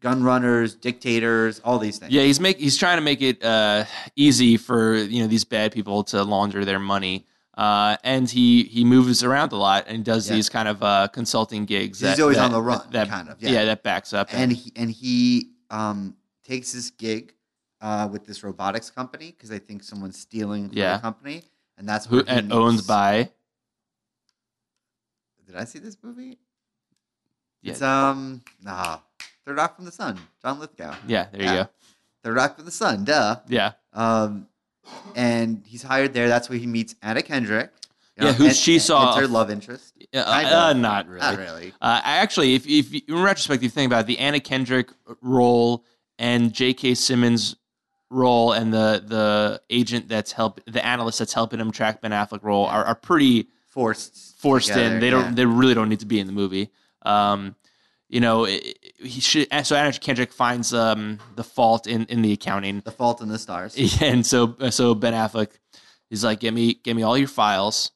[SPEAKER 2] gun runners, dictators, all these things.
[SPEAKER 1] Yeah, he's make he's trying to make it uh, easy for you know these bad people to launder their money, uh, and he he moves around a lot and does
[SPEAKER 2] Yeah.
[SPEAKER 1] these kind of uh, consulting gigs.
[SPEAKER 2] He's
[SPEAKER 1] that-
[SPEAKER 2] always
[SPEAKER 1] that-
[SPEAKER 2] on the run,
[SPEAKER 1] that-
[SPEAKER 2] kind of,
[SPEAKER 1] yeah.
[SPEAKER 2] yeah.
[SPEAKER 1] that backs up.
[SPEAKER 2] and he and he um, takes this gig uh, with this robotics company because I think someone's stealing from
[SPEAKER 1] Yeah.
[SPEAKER 2] the company, and that's
[SPEAKER 1] who
[SPEAKER 2] where he
[SPEAKER 1] and
[SPEAKER 2] meets-
[SPEAKER 1] owns by
[SPEAKER 2] Did I see this movie?
[SPEAKER 1] Yeah.
[SPEAKER 2] It's um nah, Third Rock from the Sun, John Lithgow.
[SPEAKER 1] yeah. There you
[SPEAKER 2] Yeah.
[SPEAKER 1] go.
[SPEAKER 2] Third Rock from the Sun, duh.
[SPEAKER 1] Yeah,
[SPEAKER 2] Um, and he's hired there. That's where he meets Anna Kendrick. you
[SPEAKER 1] Yeah, who she saw-
[SPEAKER 2] It's her love interest.
[SPEAKER 1] Uh,
[SPEAKER 2] Kind of.
[SPEAKER 1] uh, not really.
[SPEAKER 2] Not really.
[SPEAKER 1] Uh, I actually, if, if you- in retrospect, you think about it, the Anna Kendrick role and J.K. Simmons role and the the agent that's help the analyst that's helping him track Ben Affleck role are, are pretty
[SPEAKER 2] Forced.
[SPEAKER 1] forced
[SPEAKER 2] together,
[SPEAKER 1] in. They don't.
[SPEAKER 2] yeah.
[SPEAKER 1] They really don't need to be in the movie. Um, you know, it, it- he should. and So Anna Kendrick finds um, the fault in in the accounting,
[SPEAKER 2] the Fault in the Stars.
[SPEAKER 1] and so so Ben Affleck is like, "Give me, give me all your files,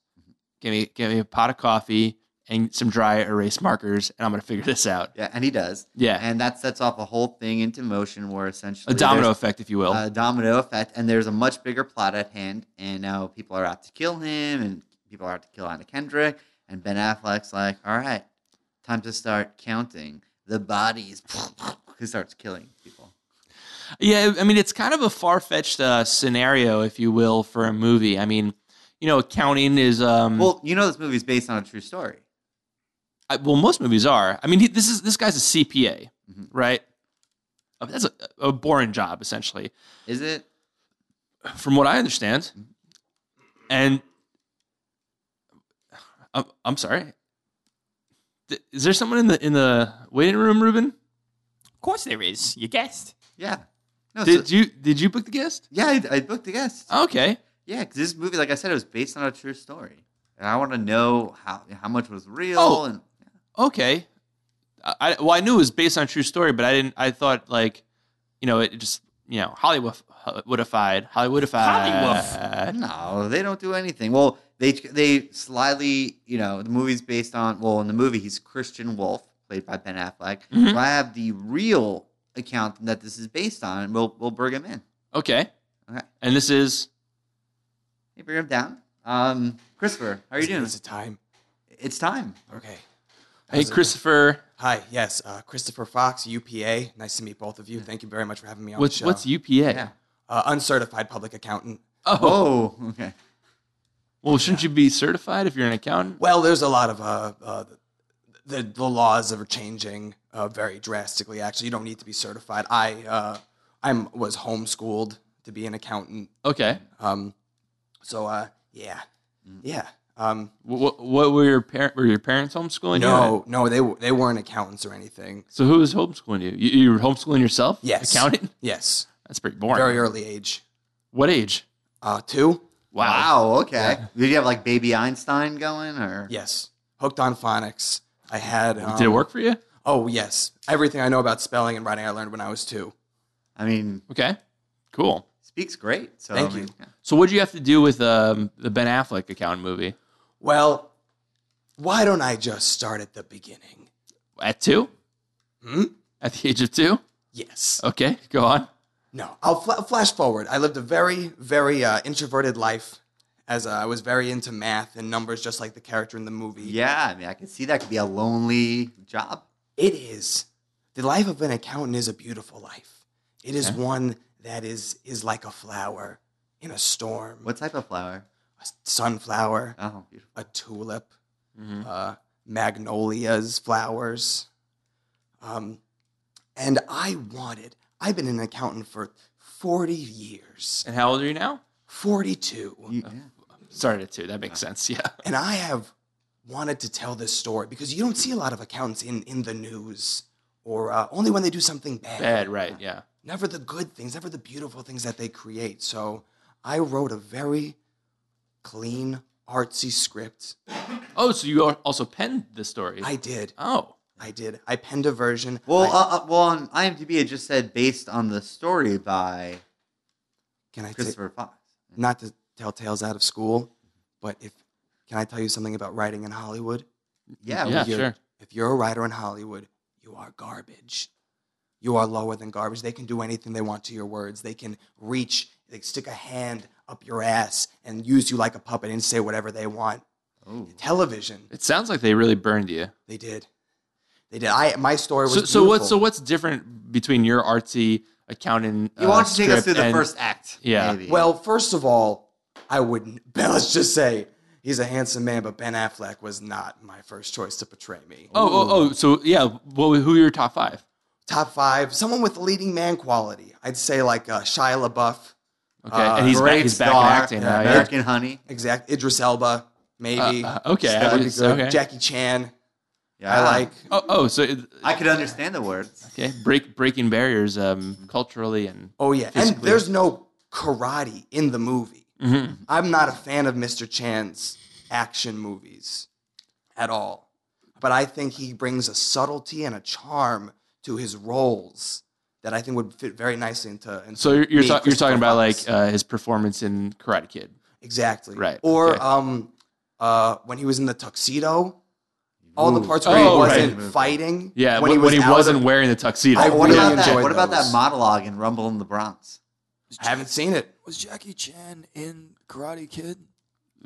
[SPEAKER 1] give me, give me a pot of coffee." And some dry erase markers, and I'm gonna figure this out.
[SPEAKER 2] Yeah, and he does.
[SPEAKER 1] Yeah.
[SPEAKER 2] and that sets off a whole thing into motion where essentially
[SPEAKER 1] a domino
[SPEAKER 2] there's
[SPEAKER 1] effect, if you will.
[SPEAKER 2] a domino effect, and there's a much bigger plot at hand, and now people are out to kill him, and people are out to kill Anna Kendrick, and Ben Affleck's like, all right, time to start counting the bodies. he starts killing people.
[SPEAKER 1] yeah, I mean, it's kind of a far fetched uh, scenario, if you will, for a movie. I mean, you know, accounting is um, well,
[SPEAKER 2] Well, you know this movie's based on a true story.
[SPEAKER 1] I, well, most movies are. I mean, he, this is this guy's a CPA,
[SPEAKER 2] Mhm.
[SPEAKER 1] right? Uh, That's a, a boring job, essentially,
[SPEAKER 2] Is it?
[SPEAKER 1] from what I understand. And uh, I'm, I'm sorry. Th- Is there someone in the in the waiting room, Ruben?
[SPEAKER 4] Of course there is. You guessed.
[SPEAKER 2] Yeah. No,
[SPEAKER 1] Did
[SPEAKER 2] so-
[SPEAKER 1] you did you book the guest?
[SPEAKER 2] yeah, I, I booked a guest.
[SPEAKER 1] Okay.
[SPEAKER 2] Yeah, because this movie, like I said, it was based on a true story, and I want to know how how much was real.
[SPEAKER 1] Oh.
[SPEAKER 2] and
[SPEAKER 1] okay. I, I- well, I knew it was based on a true story, but I didn't. I thought like, you know, it just you know Hollywood Hollywoodified Hollywoodified.
[SPEAKER 2] Uh, no, they don't do anything. Well, they they slyly, you know, the movie's based on. Well, in the movie, he's Christian Wolf, played by Ben Affleck.
[SPEAKER 1] Mhm.
[SPEAKER 2] So I have the real accountant that this is based on, and we'll we'll bring him in.
[SPEAKER 1] Okay.
[SPEAKER 2] Okay.
[SPEAKER 1] And this is
[SPEAKER 2] Hey, bring him down. Um, Christopher, how are you doing?
[SPEAKER 7] It's a time.
[SPEAKER 2] It's time.
[SPEAKER 7] Okay.
[SPEAKER 1] hey Christopher.
[SPEAKER 7] Hi. Yes. Uh, Christopher Fox, UPA. Nice to meet both of you. Thank you very much for having me on
[SPEAKER 1] What's
[SPEAKER 7] the show.
[SPEAKER 1] what's UPA?
[SPEAKER 2] Yeah.
[SPEAKER 7] uh, uncertified public accountant?
[SPEAKER 1] Oh,
[SPEAKER 2] Oh, okay.
[SPEAKER 1] well, shouldn't you be certified if you're an accountant?
[SPEAKER 7] Well, there's a lot of uh, uh, the the laws are changing uh, very drastically. Actually, you don't need to be certified. I uh, I'm was homeschooled to be an accountant.
[SPEAKER 1] Okay.
[SPEAKER 7] Um, so uh, yeah,
[SPEAKER 1] Mm.
[SPEAKER 7] yeah. Um,
[SPEAKER 1] What, what were your parent were your parents homeschooling you?
[SPEAKER 7] no, no, they w- they weren't accountants or anything.
[SPEAKER 1] So who was homeschooling you? you? You were homeschooling yourself?
[SPEAKER 7] Yes.
[SPEAKER 1] Accountant?
[SPEAKER 7] Yes,
[SPEAKER 1] That's pretty boring.
[SPEAKER 7] very early age.
[SPEAKER 1] What age?
[SPEAKER 7] Uh, two.
[SPEAKER 2] Wow. Okay. Did you have like Baby Einstein going, or
[SPEAKER 7] Yes, hooked on phonics. I had. Um,
[SPEAKER 1] Did it work for you?
[SPEAKER 7] Oh yes, everything I know about spelling and writing I learned when I was two.
[SPEAKER 2] I mean,
[SPEAKER 1] Okay. Cool.
[SPEAKER 2] speaks great. So
[SPEAKER 7] Thank
[SPEAKER 2] I mean,
[SPEAKER 7] you.
[SPEAKER 2] yeah.
[SPEAKER 1] So what do you have to do with um, the Ben Affleck accountant movie?
[SPEAKER 7] Well, why don't I just start at the beginning?
[SPEAKER 1] At two?
[SPEAKER 7] Hmm?
[SPEAKER 1] At the age of two?
[SPEAKER 7] Yes.
[SPEAKER 1] Okay, go on.
[SPEAKER 7] No, I'll fla flash forward. I lived a very, very uh, introverted life, as uh, I was very into math and numbers, just like the character in the movie.
[SPEAKER 2] Yeah, I mean, I can see that could be a lonely job.
[SPEAKER 7] It is. The life of an accountant is a beautiful life. It is one that is is like a flower in a storm.
[SPEAKER 2] What type of flower?
[SPEAKER 7] A sunflower,
[SPEAKER 2] Oh, beautiful.
[SPEAKER 7] a tulip,
[SPEAKER 1] Mhm.
[SPEAKER 7] uh, magnolias, flowers. Um, and I wanted. I've been an accountant for forty years.
[SPEAKER 1] And how old are you now?
[SPEAKER 7] 42.
[SPEAKER 2] You- yeah.
[SPEAKER 1] Started at two. That makes sense. Yeah.
[SPEAKER 7] and I have wanted to tell this story because you don't see a lot of accounts in, in the news or uh, only when they do something bad.
[SPEAKER 1] Bad, right? Yeah.
[SPEAKER 7] Never the good things, never the beautiful things that they create. So I wrote a very clean, artsy script.
[SPEAKER 1] Oh, so you al- also penned the story?
[SPEAKER 7] I did.
[SPEAKER 1] oh,
[SPEAKER 7] I did. I penned a version.
[SPEAKER 2] Well,
[SPEAKER 7] I-
[SPEAKER 2] uh, uh, well, on IMDb it just said based on the story by
[SPEAKER 7] can I take,
[SPEAKER 2] Christopher Fox.
[SPEAKER 7] not to tell tales out of school, but if can I tell you something about writing in Hollywood?
[SPEAKER 1] Yeah.
[SPEAKER 2] Yeah, we-
[SPEAKER 7] You're-
[SPEAKER 1] sure.
[SPEAKER 7] If you're a writer in Hollywood, you are garbage. You are lower than garbage. They can do anything they want to your words. They can reach, they stick a hand up your ass and use you like a puppet and say whatever they want.
[SPEAKER 2] Oh.
[SPEAKER 7] Television,
[SPEAKER 1] It sounds like they really burned you.
[SPEAKER 7] they did. They did. I my story was
[SPEAKER 1] So, so what's so
[SPEAKER 7] beautiful.
[SPEAKER 1] what's different between your artsy accountant?
[SPEAKER 2] You
[SPEAKER 1] uh,
[SPEAKER 2] want to take us
[SPEAKER 1] script
[SPEAKER 2] through the
[SPEAKER 1] and-
[SPEAKER 2] first act?
[SPEAKER 1] Yeah.
[SPEAKER 2] Maybe.
[SPEAKER 7] Well, first of all, I wouldn't. Let's just say he's a handsome man, but Ben Affleck was not my first choice to portray me.
[SPEAKER 1] Oh, oh, oh. So yeah, what, who are your top five?
[SPEAKER 7] Top five, someone with leading man quality. I'd say like uh, Shia LaBeouf,
[SPEAKER 1] Okay, and he's back,
[SPEAKER 2] Great
[SPEAKER 1] he's back in
[SPEAKER 2] star,
[SPEAKER 1] acting now. Yeah.
[SPEAKER 2] American Honey.
[SPEAKER 7] exact Idris Elba, maybe.
[SPEAKER 1] Uh, uh, okay,
[SPEAKER 7] that would
[SPEAKER 1] I
[SPEAKER 7] be
[SPEAKER 1] just-
[SPEAKER 7] good.
[SPEAKER 1] okay.
[SPEAKER 7] Jackie Chan,
[SPEAKER 2] Yeah.
[SPEAKER 7] I like.
[SPEAKER 1] Oh, oh. So it-
[SPEAKER 2] I could understand the words.
[SPEAKER 1] okay, break breaking barriers um, culturally and
[SPEAKER 7] Oh yeah, and
[SPEAKER 1] Physically. Mm-hmm.
[SPEAKER 7] there's no karate in the movie. I'm not a fan of Mr. Chan's action movies at all, but I think he brings a subtlety and a charm to his roles that I think would fit very nicely into. into
[SPEAKER 1] so you're you're,
[SPEAKER 7] me,
[SPEAKER 1] ta- you're
[SPEAKER 7] Christopher
[SPEAKER 1] talking about like
[SPEAKER 7] Plummer's.
[SPEAKER 1] uh, his performance in Karate Kid.
[SPEAKER 7] exactly
[SPEAKER 1] right,
[SPEAKER 7] or
[SPEAKER 1] okay.
[SPEAKER 7] um uh when he was in the tuxedo. All the
[SPEAKER 2] Ooh.
[SPEAKER 7] parts where
[SPEAKER 1] Oh,
[SPEAKER 7] he
[SPEAKER 1] right.
[SPEAKER 7] wasn't fighting.
[SPEAKER 1] Yeah,
[SPEAKER 7] when, he, was out
[SPEAKER 1] wasn't
[SPEAKER 7] of-
[SPEAKER 1] wearing the tuxedo.
[SPEAKER 7] I
[SPEAKER 2] What
[SPEAKER 7] really
[SPEAKER 2] about that?
[SPEAKER 7] enjoyed
[SPEAKER 2] What about that
[SPEAKER 7] those.
[SPEAKER 2] monologue in Rumble in the Bronx?
[SPEAKER 7] I haven't seen it.
[SPEAKER 5] Was Jackie Chan in Karate Kid?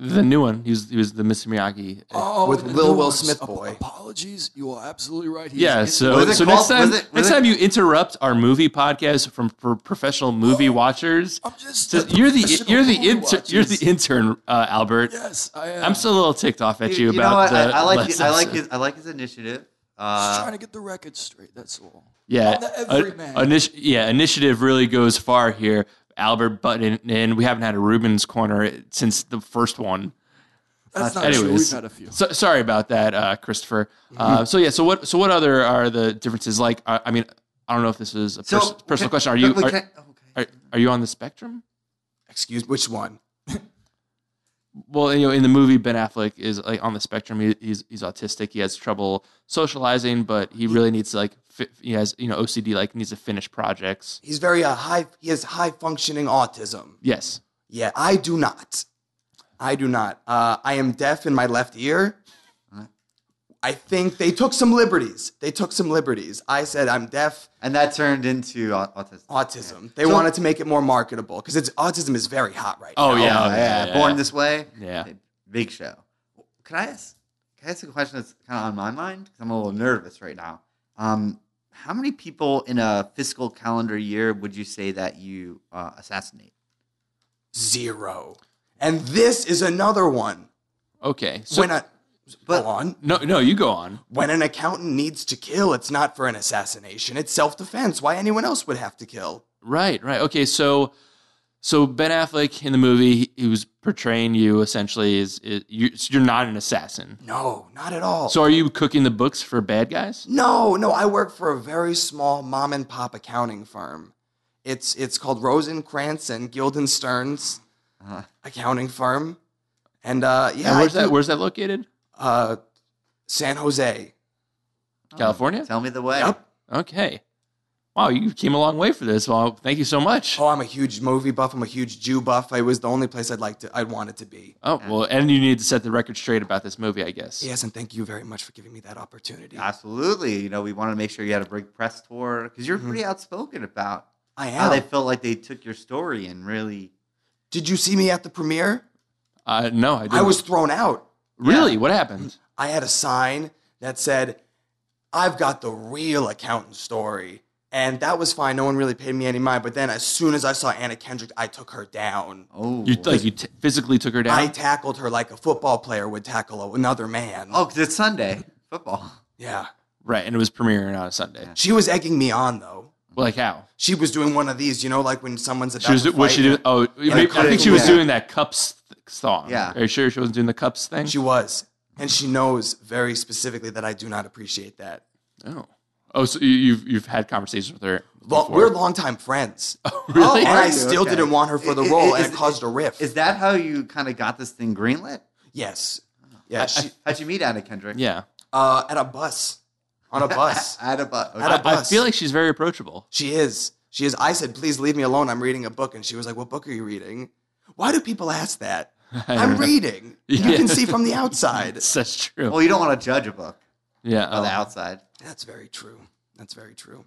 [SPEAKER 1] the new one. He was he was the Mr. Miyagi.
[SPEAKER 5] Oh,
[SPEAKER 7] With
[SPEAKER 5] the
[SPEAKER 7] Lil
[SPEAKER 5] new
[SPEAKER 7] Will
[SPEAKER 5] ones.
[SPEAKER 7] Smith
[SPEAKER 5] Ap-
[SPEAKER 7] boy.
[SPEAKER 5] Apologies, you are absolutely right. He's
[SPEAKER 1] yeah,
[SPEAKER 5] in-
[SPEAKER 1] so,
[SPEAKER 2] Was it
[SPEAKER 1] so
[SPEAKER 2] called-
[SPEAKER 1] next time,
[SPEAKER 2] was it- was
[SPEAKER 1] next
[SPEAKER 2] it-
[SPEAKER 1] time you interrupt our movie podcast from for professional
[SPEAKER 2] Oh.
[SPEAKER 1] movie watchers,
[SPEAKER 5] I'm just
[SPEAKER 1] so you're the
[SPEAKER 5] professional
[SPEAKER 1] you're the
[SPEAKER 5] movie
[SPEAKER 1] inter, you're the
[SPEAKER 5] watchers.
[SPEAKER 1] intern, uh, Albert.
[SPEAKER 5] Yes, I am.
[SPEAKER 1] I'm still a little ticked off at you,
[SPEAKER 2] You, you know
[SPEAKER 1] about
[SPEAKER 2] what? I,
[SPEAKER 1] the
[SPEAKER 2] I like
[SPEAKER 1] last
[SPEAKER 2] the, I like
[SPEAKER 1] episode.
[SPEAKER 2] his I like his initiative.
[SPEAKER 5] just
[SPEAKER 2] Uh,
[SPEAKER 5] trying to get the record straight. That's all.
[SPEAKER 1] Yeah,
[SPEAKER 5] I'm the
[SPEAKER 1] uh,
[SPEAKER 5] everyman.
[SPEAKER 1] initi- yeah, initiative really goes far here. Albert button in. We haven't had a Rubens corner since the first one.
[SPEAKER 5] That's
[SPEAKER 7] uh,
[SPEAKER 5] not true.
[SPEAKER 1] Anyways,
[SPEAKER 5] We've had a few.
[SPEAKER 1] So, sorry about that, uh, Christopher.
[SPEAKER 2] Mm-hmm.
[SPEAKER 1] Uh, so yeah, so what? So what other are the differences? Like, I, I mean, I don't know if this is a
[SPEAKER 2] so
[SPEAKER 1] pers- personal
[SPEAKER 2] can-
[SPEAKER 1] question. Are you
[SPEAKER 2] but
[SPEAKER 1] are,
[SPEAKER 2] can- oh, okay.
[SPEAKER 1] are, are you on the spectrum?
[SPEAKER 7] Excuse which one?
[SPEAKER 1] Well, you know, in the movie, Ben Affleck is like on the spectrum. He, he's he's autistic. He has trouble socializing, but he really needs to like fi- he has you know OCD. Like needs to finish projects.
[SPEAKER 7] He's very uh, high. He has high functioning autism.
[SPEAKER 1] Yes.
[SPEAKER 7] Yeah, I do not. I do not. Uh, I am deaf in my left ear. I think they took some liberties. They took some liberties. I said I'm deaf.
[SPEAKER 2] and that turned into au- autism.
[SPEAKER 7] Autism. They
[SPEAKER 2] So-
[SPEAKER 7] wanted to make it more marketable because it's autism is very hot right now.
[SPEAKER 1] Oh yeah.
[SPEAKER 2] Oh, yeah, Born This Way.
[SPEAKER 1] Yeah.
[SPEAKER 2] Okay, Big show. Can I ask? Can I ask a question that's kind of on my mind? 'Cause I'm a little nervous right now. Um, how many people in a fiscal calendar year would you say that you uh, assassinate?
[SPEAKER 7] Zero. And this is another one.
[SPEAKER 1] Okay. So
[SPEAKER 7] when a
[SPEAKER 2] But-
[SPEAKER 7] go on.
[SPEAKER 1] no, no, you go on.
[SPEAKER 7] When an accountant needs to kill, it's not for an assassination. It's self defense. Why anyone else would have to kill?
[SPEAKER 1] Right, right. Okay, so so Ben Affleck in the movie, he, he was portraying you essentially is, is you, so you're not an assassin.
[SPEAKER 7] No, not at all.
[SPEAKER 1] So are you cooking the books for bad guys?
[SPEAKER 7] No, no, I work for a very small mom and pop accounting firm. It's it's called Rosenkrantz and Guildenstern's accounting firm, and uh,
[SPEAKER 1] Uh-huh.
[SPEAKER 7] yeah,
[SPEAKER 1] and where's
[SPEAKER 7] I
[SPEAKER 1] that?
[SPEAKER 7] do-
[SPEAKER 1] Where's that located?
[SPEAKER 7] uh, San Jose.
[SPEAKER 1] California.
[SPEAKER 2] Tell me the way.
[SPEAKER 7] Yep.
[SPEAKER 1] Okay. Wow, you came a long way for this. Well, thank you so much.
[SPEAKER 7] Oh, I'm a huge movie buff. I'm a huge Jew buff. It was the only place I'd like to, I'd want it to be.
[SPEAKER 1] Oh well, and you need to set the record straight about this movie, I guess.
[SPEAKER 7] Yes, and thank you very much for giving me that opportunity.
[SPEAKER 1] Ah,
[SPEAKER 2] Absolutely. You know, we wanted to make sure you had a big press tour because you're
[SPEAKER 1] Mm-hmm.
[SPEAKER 2] pretty outspoken about
[SPEAKER 7] I
[SPEAKER 1] ah,
[SPEAKER 2] how they
[SPEAKER 7] am.
[SPEAKER 2] felt like they took your story and really.
[SPEAKER 7] Did you see me at the premiere?
[SPEAKER 1] Uh, no, I didn't.
[SPEAKER 7] I was thrown out.
[SPEAKER 1] really. What happened?
[SPEAKER 7] I had a sign that said, I've got the real accountant story. And that was fine. No one really paid me any mind. But then as soon as I saw Anna Kendrick, I took her down.
[SPEAKER 2] Oh,
[SPEAKER 1] You like you t- physically took her down.
[SPEAKER 7] I tackled her like a football player would tackle a- another man.
[SPEAKER 2] oh, 'cause it's Sunday football.
[SPEAKER 7] Yeah.
[SPEAKER 1] right, and it was premiering on a Sunday.
[SPEAKER 7] She was egging me on, though.
[SPEAKER 1] Like how?
[SPEAKER 7] She was doing one of these, you know, like when someone's about
[SPEAKER 1] She was
[SPEAKER 7] to
[SPEAKER 1] was
[SPEAKER 7] fight
[SPEAKER 1] she
[SPEAKER 7] you.
[SPEAKER 1] doing? Oh, maybe- I
[SPEAKER 7] could've-
[SPEAKER 1] think she was
[SPEAKER 2] yeah.
[SPEAKER 1] doing that cups th- song.
[SPEAKER 2] Yeah.
[SPEAKER 1] Are you sure she wasn't doing the cups thing?
[SPEAKER 7] She was. And she knows very specifically that I do not appreciate that.
[SPEAKER 1] oh. Oh, so you- you've you've had conversations with her. before.
[SPEAKER 7] Lo-
[SPEAKER 1] Oh.
[SPEAKER 7] we're longtime friends.
[SPEAKER 1] really?
[SPEAKER 7] and
[SPEAKER 2] are
[SPEAKER 7] Oh, I
[SPEAKER 2] you?
[SPEAKER 7] still
[SPEAKER 2] Okay.
[SPEAKER 7] didn't want her for the
[SPEAKER 2] I- I-
[SPEAKER 7] role, and
[SPEAKER 2] is-
[SPEAKER 7] it caused a rift.
[SPEAKER 2] Is that how you kind of got this thing greenlit?
[SPEAKER 7] yes. Yeah, she,
[SPEAKER 2] How'd you meet Anna Kendrick?
[SPEAKER 1] yeah.
[SPEAKER 7] Uh, at a bus. On a bus.
[SPEAKER 2] At a bus.
[SPEAKER 7] At a
[SPEAKER 1] I, I
[SPEAKER 7] bus.
[SPEAKER 1] feel like she's very approachable.
[SPEAKER 7] she is. She is. I said, please leave me alone. I'm reading a book. And she was like, what book are you reading? Why do people ask that? I'm reading. You
[SPEAKER 1] Yeah.
[SPEAKER 7] can see from the outside.
[SPEAKER 1] That's true.
[SPEAKER 2] well, you don't want to judge a book.
[SPEAKER 1] Yeah.
[SPEAKER 2] on the
[SPEAKER 1] oh.
[SPEAKER 2] outside.
[SPEAKER 7] That's very true. That's very true.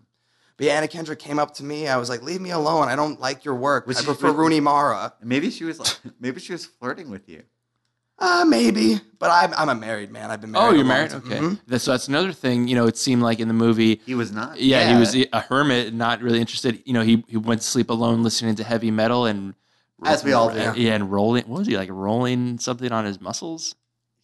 [SPEAKER 7] But yeah, Anna Kendrick came up to me. I was like, "Leave me alone. I don't like your work.
[SPEAKER 2] Was
[SPEAKER 7] I
[SPEAKER 2] she-
[SPEAKER 7] prefer
[SPEAKER 2] was-
[SPEAKER 7] Rooney Mara."
[SPEAKER 2] Maybe she was like, maybe she was flirting with you.
[SPEAKER 7] Uh, maybe, but I'm I'm a married man. I've been married.
[SPEAKER 1] Oh,
[SPEAKER 7] a
[SPEAKER 1] you're
[SPEAKER 7] long
[SPEAKER 1] married.
[SPEAKER 7] time.
[SPEAKER 1] Okay.
[SPEAKER 7] Mhm.
[SPEAKER 2] Mm-hmm.
[SPEAKER 1] That's, so that's another thing. You know, it seemed like in the movie.
[SPEAKER 2] He was not.
[SPEAKER 1] Yeah, he was e- a hermit, not really interested. You know, he he went to sleep alone, listening to heavy metal and
[SPEAKER 2] As we all do.
[SPEAKER 1] Yeah, and rolling. What was he like? Rolling something on his muscles.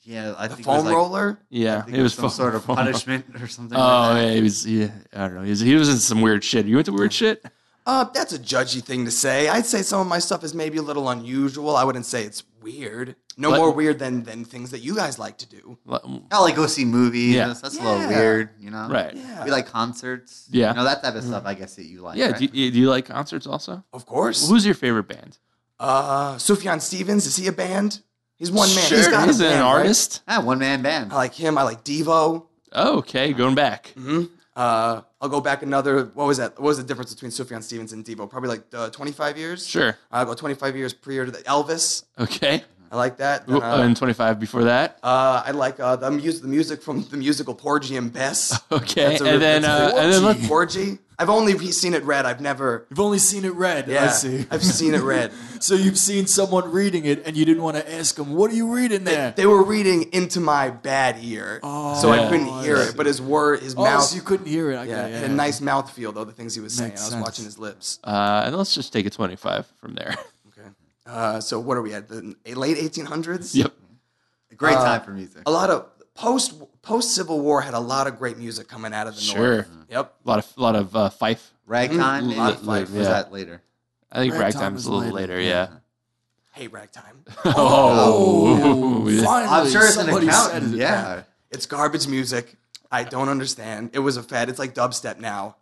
[SPEAKER 2] Yeah, I
[SPEAKER 7] The
[SPEAKER 2] think it was
[SPEAKER 7] foam
[SPEAKER 2] like,
[SPEAKER 7] roller.
[SPEAKER 1] Yeah,
[SPEAKER 2] I think
[SPEAKER 1] it was
[SPEAKER 2] some
[SPEAKER 1] fu-
[SPEAKER 2] sort of
[SPEAKER 1] fu-
[SPEAKER 2] punishment or something.
[SPEAKER 1] Oh,
[SPEAKER 2] like that.
[SPEAKER 1] yeah, he was. Yeah, I don't know. He was, he was in some weird shit. You into weird shit?
[SPEAKER 7] Uh, that's a judgy thing to say. I'd say some of my stuff is maybe a little unusual. I wouldn't say it's weird. No
[SPEAKER 1] But-
[SPEAKER 7] more weird than than things that you guys like to do.
[SPEAKER 1] L-
[SPEAKER 2] I like go see movies.
[SPEAKER 1] Yeah.
[SPEAKER 2] That's, that's a little
[SPEAKER 7] Yeah.
[SPEAKER 2] weird, you know.
[SPEAKER 1] Right.
[SPEAKER 7] Yeah,
[SPEAKER 2] We like concerts.
[SPEAKER 1] Yeah. Mm-hmm.
[SPEAKER 2] You know that type of stuff. I guess that you like.
[SPEAKER 1] Yeah.
[SPEAKER 2] right?
[SPEAKER 1] Do you, do you like concerts also?
[SPEAKER 7] of course.
[SPEAKER 1] Who's your favorite band?
[SPEAKER 7] Uh, Sufjan Stevens is he a band? He's one man.
[SPEAKER 1] Sure,
[SPEAKER 7] he's got a
[SPEAKER 1] he's an
[SPEAKER 7] band, right?
[SPEAKER 1] artist.
[SPEAKER 2] ah, one man band.
[SPEAKER 7] I like him. I like Devo.
[SPEAKER 1] Oh, okay, going back.
[SPEAKER 2] Mm-hmm.
[SPEAKER 7] hmm Uh, I'll go back another. What was that? What was the difference between Sufjan Stevens and Devo? Probably like uh, 25 years.
[SPEAKER 1] Sure.
[SPEAKER 7] I'll go 25 years prior to the Elvis.
[SPEAKER 1] Okay.
[SPEAKER 7] I like that. Then,
[SPEAKER 1] Ooh,
[SPEAKER 7] uh,
[SPEAKER 1] and 25 before that.
[SPEAKER 7] uh, I like uh, the music. The music from the musical Porgy and Bess.
[SPEAKER 1] Okay.
[SPEAKER 7] That's a-
[SPEAKER 1] And then, uh,
[SPEAKER 7] that's a-
[SPEAKER 1] and then let's,
[SPEAKER 7] Porgy. I've only re- seen it read. I've never.
[SPEAKER 5] You've only seen it read.
[SPEAKER 7] Yeah,
[SPEAKER 5] I see.
[SPEAKER 7] I've seen it read.
[SPEAKER 5] So you've seen someone reading it, and you didn't want to ask them, "What are you reading there?"
[SPEAKER 7] They were reading into my bad ear, so I
[SPEAKER 1] Yeah.
[SPEAKER 7] couldn't hear it. But his word, his
[SPEAKER 5] oh,
[SPEAKER 7] mouth.
[SPEAKER 5] so you couldn't hear it. I
[SPEAKER 7] yeah,
[SPEAKER 5] got it.
[SPEAKER 7] had a nice mouth feel though. The things he was saying,
[SPEAKER 5] Makes
[SPEAKER 7] I was
[SPEAKER 5] sense.
[SPEAKER 7] watching his lips.
[SPEAKER 1] uh, and let's just take a 25 from there.
[SPEAKER 7] Okay. Uh, so what are we at? The late 1800s.
[SPEAKER 1] yep.
[SPEAKER 2] Great
[SPEAKER 7] uh,
[SPEAKER 2] time for music.
[SPEAKER 7] A lot of post post Civil War had a lot of great music coming out of the
[SPEAKER 1] Sure.
[SPEAKER 7] North. Yep.
[SPEAKER 1] A lot of lot of uh, Fife.
[SPEAKER 2] Ragtime.
[SPEAKER 1] Mm,
[SPEAKER 2] maybe?
[SPEAKER 1] li-
[SPEAKER 2] Or was
[SPEAKER 1] li- yeah.
[SPEAKER 2] that later?
[SPEAKER 1] I think
[SPEAKER 5] Ragtime
[SPEAKER 1] Ragtime's
[SPEAKER 5] was
[SPEAKER 1] a little later.
[SPEAKER 5] later,
[SPEAKER 1] yeah.
[SPEAKER 7] Hey, ragtime.
[SPEAKER 1] Oh.
[SPEAKER 5] Finally,
[SPEAKER 2] I'm sure it's an
[SPEAKER 5] somebody said
[SPEAKER 2] accountant.
[SPEAKER 5] it.
[SPEAKER 2] Yeah.
[SPEAKER 7] It's garbage music. I don't understand. It was a fad. It's like dubstep now.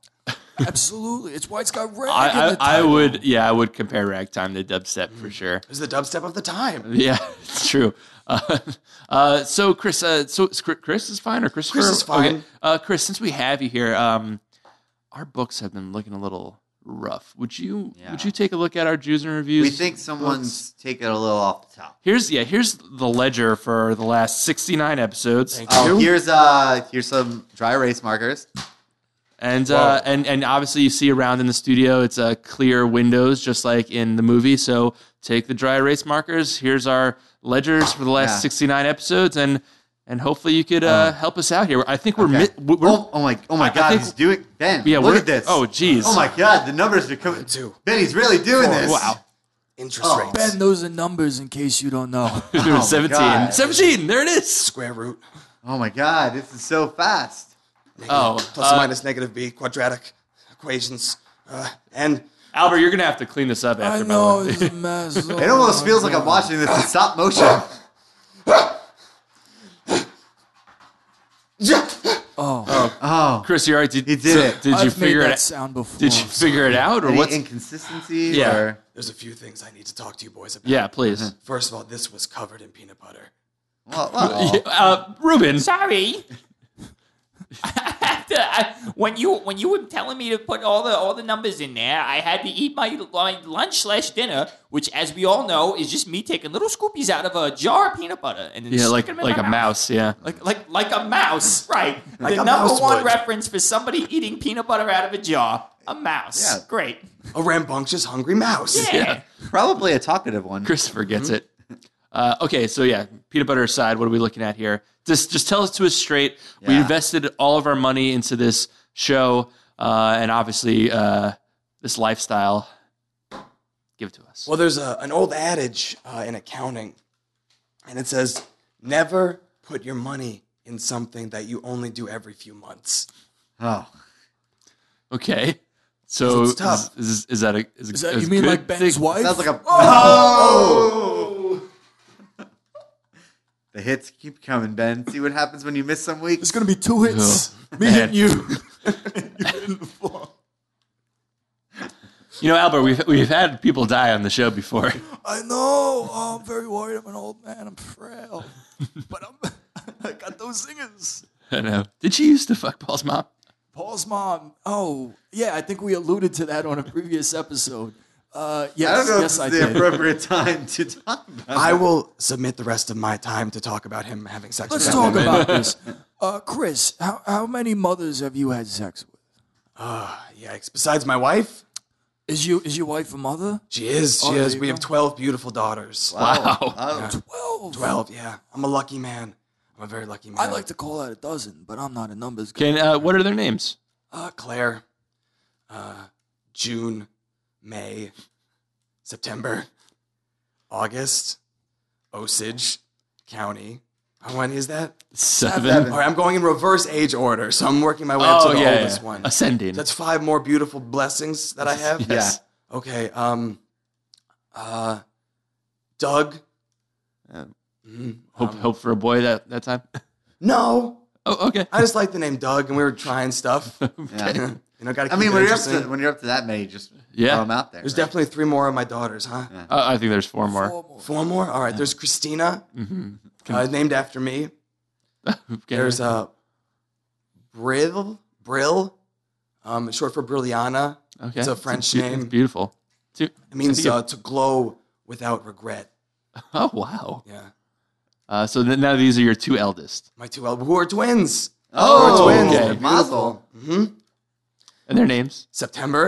[SPEAKER 5] Absolutely, it's why it's got red. in
[SPEAKER 1] I,
[SPEAKER 5] the
[SPEAKER 1] I, I
[SPEAKER 5] title.
[SPEAKER 1] would yeah I would compare ragtime to dubstep for sure.
[SPEAKER 7] It was the dubstep of the time.
[SPEAKER 1] Yeah, it's true. Uh, uh, so Chris, uh, so is Chri- Chris is fine or Christopher?
[SPEAKER 7] Chris is fine.
[SPEAKER 1] Uh, Chris, since we have you here, um, our books have been looking a little rough. Would you
[SPEAKER 2] Yeah.
[SPEAKER 1] would you take a look at our Jews and reviews?
[SPEAKER 2] We think someone's taking a little off the top.
[SPEAKER 1] here's yeah here's the ledger for the last sixty nine episodes.
[SPEAKER 7] Thank
[SPEAKER 2] Oh,
[SPEAKER 7] you.
[SPEAKER 2] here's uh, here's some dry erase markers.
[SPEAKER 1] And uh, and and obviously you see around in the studio, it's uh, clear windows, just like in the movie. So take the dry erase markers. Here's our ledgers for the last
[SPEAKER 2] Yeah.
[SPEAKER 1] 69 episodes, and and hopefully you could uh, help us out here. I think we're,
[SPEAKER 2] Okay.
[SPEAKER 1] mi- we're, we're-
[SPEAKER 2] oh, oh my! Oh my
[SPEAKER 1] I- I
[SPEAKER 2] God!
[SPEAKER 1] think-
[SPEAKER 2] he's doing Ben.
[SPEAKER 1] yeah.
[SPEAKER 2] look
[SPEAKER 1] we're-
[SPEAKER 2] at this.
[SPEAKER 1] Oh, jeez.
[SPEAKER 2] Oh my God! The numbers are coming.
[SPEAKER 7] Two.
[SPEAKER 2] Ben, he's really doing this.
[SPEAKER 1] Wow.
[SPEAKER 7] Interest
[SPEAKER 2] Oh.
[SPEAKER 7] rates.
[SPEAKER 5] Ben, those are numbers in case you don't know.
[SPEAKER 1] Dude,
[SPEAKER 2] my
[SPEAKER 1] 17.
[SPEAKER 2] God.
[SPEAKER 1] 17. There it is.
[SPEAKER 7] Square root.
[SPEAKER 2] Oh my God! This is so fast.
[SPEAKER 1] Oh,
[SPEAKER 7] Plus
[SPEAKER 1] uh,
[SPEAKER 7] or minus negative b. Quadratic equations. Uh, and
[SPEAKER 1] Albert, you're gonna have to clean this up
[SPEAKER 5] I
[SPEAKER 1] after. by the
[SPEAKER 5] know
[SPEAKER 1] way.
[SPEAKER 5] it's a mess.
[SPEAKER 2] It almost
[SPEAKER 1] Oh,
[SPEAKER 2] feels like I'm watching this in stop motion.
[SPEAKER 5] Oh,
[SPEAKER 2] Oh,
[SPEAKER 1] Chris, you all right? Did,
[SPEAKER 2] He did
[SPEAKER 1] so-
[SPEAKER 2] it.
[SPEAKER 1] Did you
[SPEAKER 5] I've
[SPEAKER 1] figure
[SPEAKER 5] made
[SPEAKER 1] it?
[SPEAKER 5] that
[SPEAKER 1] out?
[SPEAKER 5] sound before?
[SPEAKER 1] Did you figure it out, or
[SPEAKER 2] any
[SPEAKER 1] what's?
[SPEAKER 2] inconsistency?
[SPEAKER 1] Yeah.
[SPEAKER 2] Or,
[SPEAKER 7] there's a few things I need to talk to you boys about.
[SPEAKER 1] Yeah, please.
[SPEAKER 7] First of all, this was covered in peanut butter.
[SPEAKER 2] oh, well, well,
[SPEAKER 1] Yeah, uh, Ruben.
[SPEAKER 4] Sorry. I have to, I, when you when you were telling me to put all the all the numbers in there, I had to eat my, my lunch slash dinner, which, as we all know, is just me taking little scoopies out of a jar of peanut butter and then
[SPEAKER 1] Yeah,
[SPEAKER 4] sticking
[SPEAKER 1] like
[SPEAKER 4] them in
[SPEAKER 1] like
[SPEAKER 4] my
[SPEAKER 1] a
[SPEAKER 4] mouth.
[SPEAKER 1] mouse. Yeah.
[SPEAKER 4] like like like a mouse, right?
[SPEAKER 7] Like
[SPEAKER 4] the
[SPEAKER 7] a
[SPEAKER 4] number
[SPEAKER 7] mouse
[SPEAKER 4] one
[SPEAKER 7] would.
[SPEAKER 4] reference for somebody eating peanut butter out of a jar, a mouse.
[SPEAKER 2] Yeah.
[SPEAKER 4] Great.
[SPEAKER 7] A rambunctious, hungry mouse.
[SPEAKER 4] Yeah.
[SPEAKER 2] probably a talkative one.
[SPEAKER 1] Christopher gets it. Uh, okay, so yeah, peanut butter aside, what are we looking at here? Just just tell us to us straight. We
[SPEAKER 2] Yeah.
[SPEAKER 1] invested all of our money into this show, uh, and obviously uh, this lifestyle. Give it to us.
[SPEAKER 7] Well, there's a, an old adage uh, in accounting, and it says, never put your money in something that you only do every few months.
[SPEAKER 2] Oh,
[SPEAKER 1] okay, so
[SPEAKER 7] It's tough.
[SPEAKER 1] Is, is, is that a is,
[SPEAKER 5] Is that, you mean like Ben's wife?
[SPEAKER 2] sounds like a. The hits keep coming, Ben. See what happens when you miss some weeks.
[SPEAKER 5] It's gonna be two hits. Me
[SPEAKER 1] man.
[SPEAKER 5] hitting you.
[SPEAKER 1] You know, Albert, we've we've had people die on the show before.
[SPEAKER 5] I know. Oh, I'm very worried. I'm an old man. I'm frail. But I'm, I got those zingers.
[SPEAKER 1] I know. Did she used to fuck Paul's mom?
[SPEAKER 5] Paul's mom. Oh, yeah. I think we alluded to that on a previous episode. Uh, yes,
[SPEAKER 2] I don't know
[SPEAKER 5] yes,
[SPEAKER 2] if
[SPEAKER 5] I
[SPEAKER 2] this is the
[SPEAKER 5] did.
[SPEAKER 2] appropriate time to talk about.
[SPEAKER 7] I will submit the rest of my time to talk about him having sex
[SPEAKER 5] Let's
[SPEAKER 7] with
[SPEAKER 5] talk
[SPEAKER 7] that woman.
[SPEAKER 5] about this. Uh, Chris, how, how many mothers have you had sex with?
[SPEAKER 7] Ah, Yikes. Besides my wife,
[SPEAKER 5] Is you is your wife a mother?
[SPEAKER 7] she is. She
[SPEAKER 5] Oh, there
[SPEAKER 7] is.
[SPEAKER 5] you
[SPEAKER 7] We have
[SPEAKER 5] go.
[SPEAKER 7] 12 beautiful daughters.
[SPEAKER 2] Wow. Oh.
[SPEAKER 5] Twelve.
[SPEAKER 7] 12, yeah. I'm a lucky man. I'm a very lucky man.
[SPEAKER 5] I'd like to call that a dozen, but I'm not a numbers guy.
[SPEAKER 1] Can uh, what are their names?
[SPEAKER 7] Uh, Claire, uh, June, May, September, August, Osage County. How many is that?
[SPEAKER 1] Seven.
[SPEAKER 7] All right, I'm going in reverse age order, so I'm working my way up
[SPEAKER 1] Oh
[SPEAKER 7] to the
[SPEAKER 1] yeah,
[SPEAKER 7] oldest
[SPEAKER 1] yeah.
[SPEAKER 7] one.
[SPEAKER 1] ascending.
[SPEAKER 7] That's five more beautiful blessings that I have.
[SPEAKER 1] Yes.
[SPEAKER 7] Yeah. Okay. Um. Uh, Doug. Mm-hmm.
[SPEAKER 1] hope hope for a boy that that time.
[SPEAKER 7] No,
[SPEAKER 1] Oh okay.
[SPEAKER 7] I just like the name Doug, and we were trying stuff.
[SPEAKER 2] Yeah.
[SPEAKER 7] you know, got to.
[SPEAKER 2] I mean, when you're up to
[SPEAKER 7] interesting.
[SPEAKER 2] when you're up to that many, just
[SPEAKER 1] Yeah.
[SPEAKER 2] throw them out there.
[SPEAKER 7] There's
[SPEAKER 2] right?
[SPEAKER 7] definitely three more of my daughters, huh?
[SPEAKER 1] Uh, I think there's four more.
[SPEAKER 5] Four more.
[SPEAKER 7] Four more. All right. There's Christina, uh, named after me.
[SPEAKER 1] Okay.
[SPEAKER 7] There's uh, Brill, Brill, um, short for Brilliana.
[SPEAKER 1] Okay.
[SPEAKER 7] It's a French
[SPEAKER 1] be-
[SPEAKER 7] name.
[SPEAKER 1] It's beautiful. Two-
[SPEAKER 7] It means
[SPEAKER 1] Yeah.
[SPEAKER 7] uh, to glow without regret.
[SPEAKER 1] oh wow.
[SPEAKER 7] Yeah.
[SPEAKER 1] Uh, so th- now these are your two eldest,
[SPEAKER 7] My two el- who are twins.
[SPEAKER 2] Oh,
[SPEAKER 7] We're twins.
[SPEAKER 1] okay.
[SPEAKER 7] They're beautiful. Mhm.
[SPEAKER 1] and their names.
[SPEAKER 7] September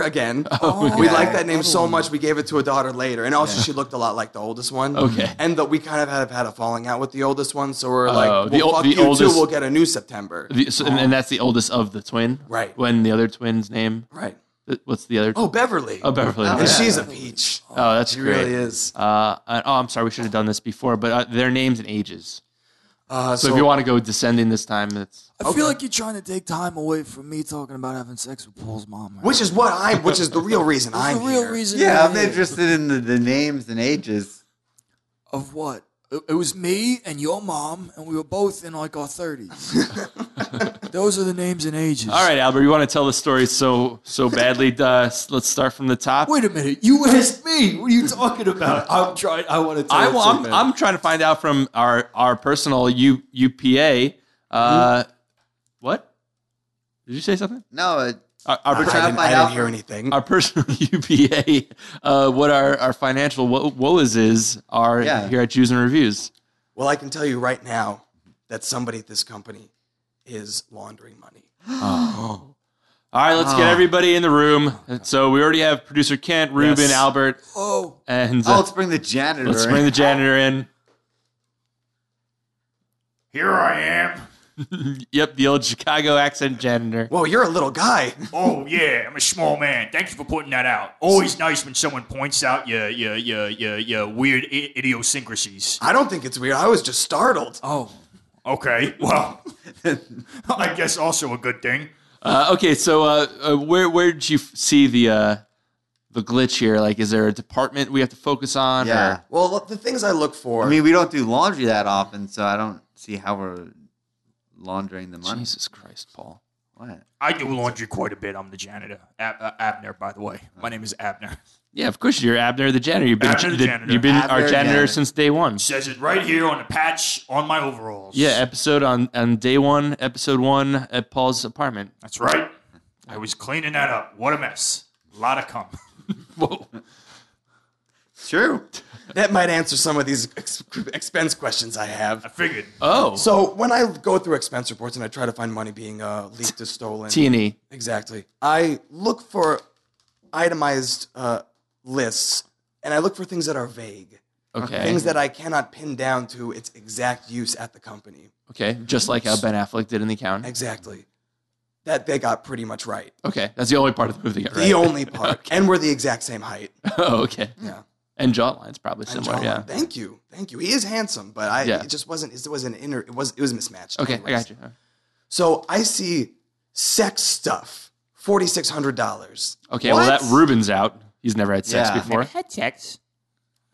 [SPEAKER 7] again.
[SPEAKER 1] Oh,
[SPEAKER 7] we
[SPEAKER 2] yeah.
[SPEAKER 7] like that name
[SPEAKER 5] Oh.
[SPEAKER 7] so much. We gave it to a daughter later, and also she looked a lot like the oldest one.
[SPEAKER 1] Okay.
[SPEAKER 7] And that we kind of have had a falling out with the oldest one, so we're
[SPEAKER 1] Oh,
[SPEAKER 7] like,
[SPEAKER 1] the
[SPEAKER 7] well,
[SPEAKER 1] ol-
[SPEAKER 7] fuck
[SPEAKER 1] the
[SPEAKER 7] you
[SPEAKER 1] oldest-
[SPEAKER 7] too. We'll get a new September.
[SPEAKER 1] The- so- and, and that's the oldest of the twin.
[SPEAKER 7] Right.
[SPEAKER 1] When the other twin's name,
[SPEAKER 7] right.
[SPEAKER 1] th- what's the other?
[SPEAKER 7] Oh, Beverly.
[SPEAKER 1] oh Beverly.
[SPEAKER 2] Oh,
[SPEAKER 1] Oh,
[SPEAKER 7] and
[SPEAKER 2] yeah.
[SPEAKER 7] she's a peach.
[SPEAKER 1] that's
[SPEAKER 7] She
[SPEAKER 1] great.
[SPEAKER 7] really is.
[SPEAKER 1] Uh, and- oh, I'm sorry. We should have done this before, but uh, their names and ages.
[SPEAKER 7] Uh,
[SPEAKER 1] So, if you want to go descending this time, that's
[SPEAKER 5] I feel like you're trying to take time away from me talking about having sex with Paul's mom. Right?
[SPEAKER 7] which is what I'm, which is the real reason
[SPEAKER 5] That's
[SPEAKER 7] I'm
[SPEAKER 5] the real
[SPEAKER 7] here.
[SPEAKER 5] reason.
[SPEAKER 2] Yeah,
[SPEAKER 5] you're
[SPEAKER 2] I'm
[SPEAKER 5] here.
[SPEAKER 2] interested in the, the names and ages.
[SPEAKER 5] of what? It, it was me and your mom, and we were both in like our thirties. Those are the names and ages.
[SPEAKER 1] all right, Albert. You want to tell the story so so badly? Uh, s- let's start from the top.
[SPEAKER 5] Wait a minute. You asked me. What are you talking about? I'm trying. I want to tell.
[SPEAKER 1] I,
[SPEAKER 5] it so
[SPEAKER 1] am
[SPEAKER 5] bad.
[SPEAKER 1] I'm trying to find out from our our personal U, UPA. Uh, What? Did you say something?
[SPEAKER 2] No, it,
[SPEAKER 1] Our, our,
[SPEAKER 7] I didn't,
[SPEAKER 2] find
[SPEAKER 7] I didn't
[SPEAKER 2] out.
[SPEAKER 7] hear anything.
[SPEAKER 1] our personal UPA. Uh, what our our financial wo- woes is are
[SPEAKER 2] Yeah.
[SPEAKER 1] here at Jews and Reviews.
[SPEAKER 7] Well, I can tell you right now that somebody at this company is laundering money.
[SPEAKER 1] All right, let's get
[SPEAKER 7] Ah.
[SPEAKER 1] everybody in the room. So we already have producer Kent, Ruben,
[SPEAKER 7] Yes.
[SPEAKER 1] Albert,
[SPEAKER 5] oh,
[SPEAKER 1] and
[SPEAKER 2] oh,
[SPEAKER 1] uh,
[SPEAKER 2] let's bring the janitor.
[SPEAKER 1] let's
[SPEAKER 2] in.
[SPEAKER 1] bring the janitor in.
[SPEAKER 6] Here I am.
[SPEAKER 1] Yep, the old Chicago accent janitor.
[SPEAKER 7] Whoa, you're a little guy.
[SPEAKER 6] Oh yeah, I'm a small man. Thank you for putting that out. Always nice when someone points out your your your your, your weird I- idiosyncrasies.
[SPEAKER 7] I don't think it's weird. I was just startled.
[SPEAKER 5] oh.
[SPEAKER 6] Okay, well, I guess also a good thing.
[SPEAKER 1] Uh, okay, so uh, uh, where where did you f- see the uh, the glitch here? Like, is there a department we have to focus on? or-
[SPEAKER 2] Yeah.
[SPEAKER 7] Well, look, the things I look for.
[SPEAKER 2] I mean, we don't do laundry that often, so I don't see how we're laundering the money.
[SPEAKER 1] Jesus Christ, Paul.
[SPEAKER 2] What?
[SPEAKER 6] I do laundry quite a bit. I'm the janitor. Ab- uh, Abner, by the way. My name is Abner.
[SPEAKER 1] Yeah, of course you're Abner the janitor. You've been
[SPEAKER 6] Abner the
[SPEAKER 1] the-
[SPEAKER 6] janitor.
[SPEAKER 1] you've been our
[SPEAKER 2] Abner
[SPEAKER 1] janitor,
[SPEAKER 2] janitor.
[SPEAKER 1] since day one.
[SPEAKER 6] Says it right here on the patch on my overalls.
[SPEAKER 1] Yeah, episode on on day one, episode one at Paul's apartment.
[SPEAKER 6] That's right. I was cleaning that up. What a mess. A lot of cum.
[SPEAKER 1] Whoa.
[SPEAKER 2] True.
[SPEAKER 7] That might answer some of these ex- expense questions I
[SPEAKER 6] I
[SPEAKER 7] have.
[SPEAKER 6] figured.
[SPEAKER 1] Oh,
[SPEAKER 7] So when I go through expense reports and I try to find money being uh, leaked or stolen,
[SPEAKER 1] T and E.
[SPEAKER 7] exactly, I look for itemized uh, lists and I look for things that are vague,
[SPEAKER 1] Okay.
[SPEAKER 7] things that I cannot pin down to its exact use at the company.
[SPEAKER 1] Okay. Just like how Ben Affleck did in the account.
[SPEAKER 7] Exactly, that they got pretty much right.
[SPEAKER 1] Okay. That's the only part of the movie. that got
[SPEAKER 7] The
[SPEAKER 1] right.
[SPEAKER 7] only part, and we're the exact same height.
[SPEAKER 1] oh, okay.
[SPEAKER 7] Yeah.
[SPEAKER 1] And jawline's probably
[SPEAKER 7] And
[SPEAKER 1] similar.
[SPEAKER 7] John,
[SPEAKER 1] yeah.
[SPEAKER 7] Thank you, thank you. He is handsome, but I
[SPEAKER 1] Yeah.
[SPEAKER 7] it just wasn't. It was an inner. It was it was mismatched.
[SPEAKER 1] Okay, I
[SPEAKER 7] Anyways.
[SPEAKER 1] got you.
[SPEAKER 7] So I see sex stuff, forty six hundred dollars.
[SPEAKER 1] Okay. Well,
[SPEAKER 2] What?
[SPEAKER 1] that Ruben's out. He's never had sex
[SPEAKER 2] Yeah.
[SPEAKER 1] before.
[SPEAKER 4] had sex.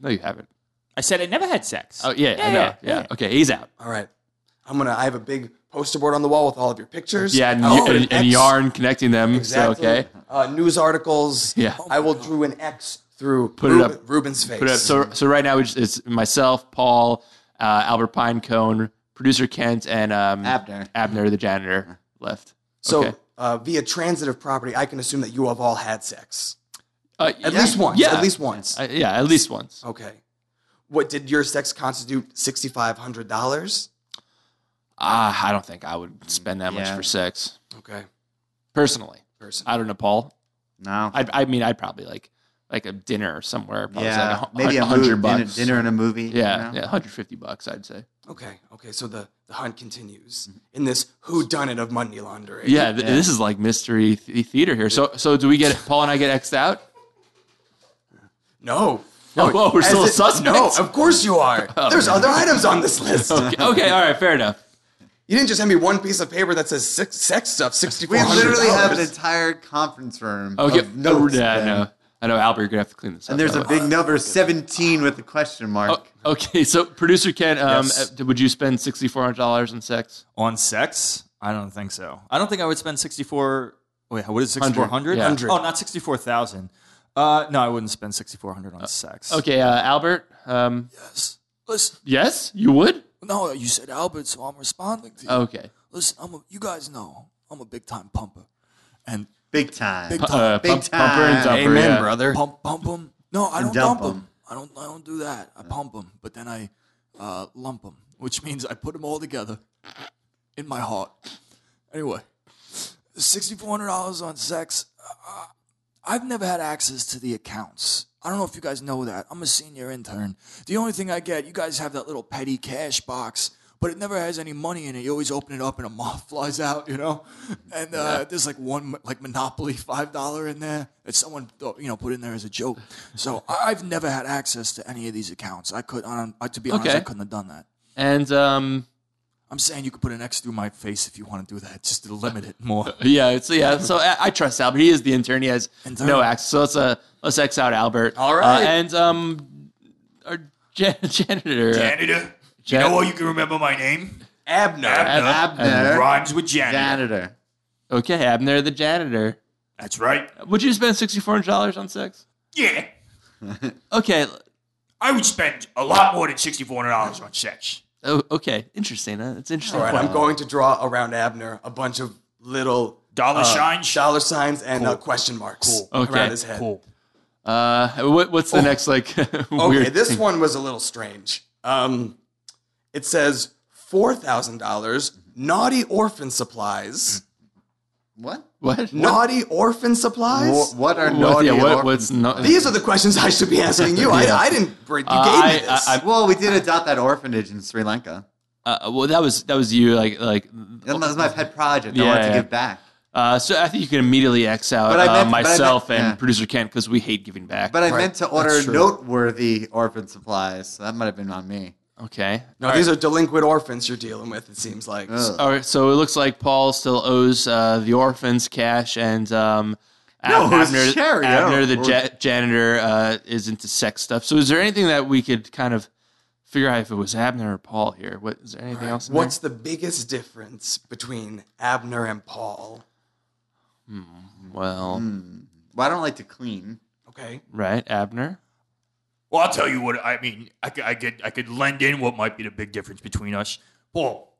[SPEAKER 1] No, you haven't.
[SPEAKER 4] I said I never had sex.
[SPEAKER 1] Oh yeah, I know. Yeah. Okay, he's out.
[SPEAKER 7] All right, I'm gonna. I have a big poster board on the wall with all of your pictures.
[SPEAKER 1] Yeah, and,
[SPEAKER 7] I will
[SPEAKER 1] y-
[SPEAKER 7] put an
[SPEAKER 1] and, and
[SPEAKER 7] oh, X-
[SPEAKER 1] yarn connecting them.
[SPEAKER 7] Exactly.
[SPEAKER 1] So okay.
[SPEAKER 7] Uh, news articles.
[SPEAKER 1] Yeah.
[SPEAKER 7] I will drew an X through
[SPEAKER 1] Put it
[SPEAKER 7] Reuben,
[SPEAKER 1] up.
[SPEAKER 7] Ruben's face.
[SPEAKER 1] Put it up. uh, So so right now we just, it's myself, Paul, uh, Albert Pinecone, producer Kent, and um,
[SPEAKER 2] Abner.
[SPEAKER 1] Abner the janitor left.
[SPEAKER 7] So,
[SPEAKER 1] okay.
[SPEAKER 7] uh, via transitive property, I can assume that you have all had sex
[SPEAKER 1] Uh,
[SPEAKER 7] at
[SPEAKER 1] yeah,
[SPEAKER 7] least once.
[SPEAKER 1] Yeah,
[SPEAKER 7] At least once.
[SPEAKER 1] Uh, yeah, at least once.
[SPEAKER 7] Okay. What did your sex constitute? Sixty five hundred dollars.
[SPEAKER 1] Ah, I don't think I would spend that much
[SPEAKER 2] Yeah.
[SPEAKER 1] for sex
[SPEAKER 7] Okay.
[SPEAKER 1] personally.
[SPEAKER 7] Person.
[SPEAKER 1] I don't know, Paul.
[SPEAKER 2] No.
[SPEAKER 1] I, I mean, I'd probably like like a dinner somewhere. Probably like
[SPEAKER 2] yeah.
[SPEAKER 1] a,
[SPEAKER 2] maybe a
[SPEAKER 1] hundred
[SPEAKER 2] movie, dinner,
[SPEAKER 1] bucks.
[SPEAKER 2] dinner and a movie. you
[SPEAKER 1] yeah,
[SPEAKER 2] know?
[SPEAKER 1] yeah, hundred fifty bucks. I'd say.
[SPEAKER 7] Okay. Okay. So the, the hunt continues in this who done it of money laundering.
[SPEAKER 1] Mm-hmm. Yeah, th- this is like mystery th- theater here. So, so do we get Paul and I get xed out?
[SPEAKER 7] No.
[SPEAKER 1] Oh, whoa, we're
[SPEAKER 7] As
[SPEAKER 1] still a
[SPEAKER 7] it-
[SPEAKER 1] suspect.
[SPEAKER 7] No, of course you are.
[SPEAKER 1] Oh,
[SPEAKER 7] There's other items on this list.
[SPEAKER 1] Okay, okay, all right, fair enough.
[SPEAKER 7] You didn't just hand me one piece of paper that says six, sex stuff. Sixty-four
[SPEAKER 2] We
[SPEAKER 7] hundred.
[SPEAKER 2] literally have an entire conference room.
[SPEAKER 1] Okay,
[SPEAKER 2] of notes,
[SPEAKER 1] Oh, yeah, I
[SPEAKER 2] Ben.
[SPEAKER 1] know. I know, Albert, you're gonna have to clean this up.
[SPEAKER 2] And there's
[SPEAKER 1] by
[SPEAKER 2] a
[SPEAKER 1] the way.
[SPEAKER 2] big number 17 with a question mark.
[SPEAKER 1] Oh, okay, so producer Ken, um,
[SPEAKER 3] Yes.
[SPEAKER 1] uh, would you spend sixty four hundred dollars on sex?
[SPEAKER 3] On sex? I don't think so. I don't think I would spend 64. Wait, what is 6,400?
[SPEAKER 1] Yeah.
[SPEAKER 3] Oh, not 64,000. Uh, no, I wouldn't spend 6,400 on sex.
[SPEAKER 1] Okay, uh, Albert. Um,
[SPEAKER 5] Yes. Listen,
[SPEAKER 1] yes, you would.
[SPEAKER 5] no, you said Albert, so I'm responding to you.
[SPEAKER 1] Okay,
[SPEAKER 5] Listen, I'm a, you guys know I'm a big time pumper. And
[SPEAKER 2] Big time.
[SPEAKER 5] Big
[SPEAKER 1] Pu- uh,
[SPEAKER 2] Big
[SPEAKER 1] pump- pumper and
[SPEAKER 2] time.
[SPEAKER 1] dumper,
[SPEAKER 7] Amen,
[SPEAKER 1] yeah.
[SPEAKER 7] brother.
[SPEAKER 5] pump pump them. No, I
[SPEAKER 2] And
[SPEAKER 5] don't
[SPEAKER 2] dump
[SPEAKER 5] dump them.
[SPEAKER 2] 'em.
[SPEAKER 5] I don't I don't do that. I pump them, but then I uh, lump them, which means I put them all together in my heart. Anyway, sixty four hundred dollars on sex. Uh, I've never had access to the accounts. I don't know if you guys know that. I'm a senior intern. The only thing I get, you guys have that little petty cash box, but it never has any money in it. You always open it up and a moth flies out, you know? And uh, there's like one, like Monopoly $5 in there that someone, thought, you know, put in there as a joke. So I- I've never had access to any of these accounts. I could, I don't, I, to be honest, I
[SPEAKER 1] Okay.
[SPEAKER 5] couldn't have done that.
[SPEAKER 1] And um,
[SPEAKER 5] I'm saying you could put an X through my face if you want to do that, just to limit it more.
[SPEAKER 1] yeah, it's yeah. So I, I trust Albert. He is the intern. He has
[SPEAKER 5] Intern.
[SPEAKER 1] no access. So let's uh, let's X out Albert. All
[SPEAKER 7] right.
[SPEAKER 1] and um, our jan- janitor. uh,
[SPEAKER 6] Janitor.
[SPEAKER 1] Jan-
[SPEAKER 6] you know how you can remember my name?
[SPEAKER 7] Abner.
[SPEAKER 6] Abner.
[SPEAKER 2] Abner.
[SPEAKER 6] Rhymes with janitor.
[SPEAKER 2] Janitor.
[SPEAKER 1] okay, Abner the janitor.
[SPEAKER 6] That's right.
[SPEAKER 1] Would you spend sixty four hundred dollars on sex?
[SPEAKER 6] Yeah.
[SPEAKER 1] Okay. l-
[SPEAKER 6] I would spend a lot more than $6,400 on sex.
[SPEAKER 1] Oh, okay. Interesting. Uh, it's interesting.
[SPEAKER 7] All right,
[SPEAKER 1] point.
[SPEAKER 7] I'm going to draw around Abner a bunch of little
[SPEAKER 6] Dollar
[SPEAKER 7] uh,
[SPEAKER 6] signs?
[SPEAKER 7] dollar signs, and uh, question marks
[SPEAKER 1] Okay.
[SPEAKER 7] around his head.
[SPEAKER 1] Uh, what, what's the next like
[SPEAKER 7] Okay,
[SPEAKER 1] weird?
[SPEAKER 7] this
[SPEAKER 1] thing?
[SPEAKER 7] one was a little strange. Um, it says four thousand dollars naughty orphan supplies.
[SPEAKER 2] What?
[SPEAKER 1] What?
[SPEAKER 7] Naughty orphan supplies.
[SPEAKER 2] What, what are
[SPEAKER 1] What,
[SPEAKER 2] naughty
[SPEAKER 1] yeah, what,
[SPEAKER 2] or-
[SPEAKER 1] what's no,
[SPEAKER 7] These are the questions I should be asking you.
[SPEAKER 1] Yeah.
[SPEAKER 7] I, I didn't break. You
[SPEAKER 1] Uh,
[SPEAKER 7] gave
[SPEAKER 1] I-
[SPEAKER 7] me this.
[SPEAKER 1] I-
[SPEAKER 2] Well, we did adopt that orphanage in Sri Lanka.
[SPEAKER 1] uh, well, that was that was you like like
[SPEAKER 2] That was my pet project. I
[SPEAKER 1] Yeah,
[SPEAKER 2] wanted to
[SPEAKER 1] yeah.
[SPEAKER 2] give back.
[SPEAKER 1] uh, so I think you can immediately X out
[SPEAKER 2] But I
[SPEAKER 1] uh,
[SPEAKER 2] meant- but I
[SPEAKER 1] myself
[SPEAKER 2] meant-
[SPEAKER 1] and
[SPEAKER 2] yeah.
[SPEAKER 1] producer Kent because we hate giving back.
[SPEAKER 2] But I meant to order
[SPEAKER 7] true.
[SPEAKER 2] noteworthy orphan supplies. So that might have been on me.
[SPEAKER 1] okay.
[SPEAKER 7] no, these are delinquent orphans you're dealing with. It seems like.
[SPEAKER 2] Ugh.
[SPEAKER 1] All right. So it looks like Paul still owes uh, the orphans cash and. Um,
[SPEAKER 2] No, it was
[SPEAKER 1] Abner,
[SPEAKER 2] charity. I don't-
[SPEAKER 1] Abner, the
[SPEAKER 2] or-
[SPEAKER 1] ja- janitor, uh, is into sex stuff. So, is there anything that we could kind of figure out if it was Abner or Paul here? What is there anything else? in there?
[SPEAKER 7] What's the biggest difference between Abner and Paul?
[SPEAKER 1] well,
[SPEAKER 2] Well, I don't like to clean.
[SPEAKER 7] Okay.
[SPEAKER 1] right, Abner?
[SPEAKER 6] Well, I'll tell you what I mean. I, could- I could I could lend in what might be the big difference between us. Paul,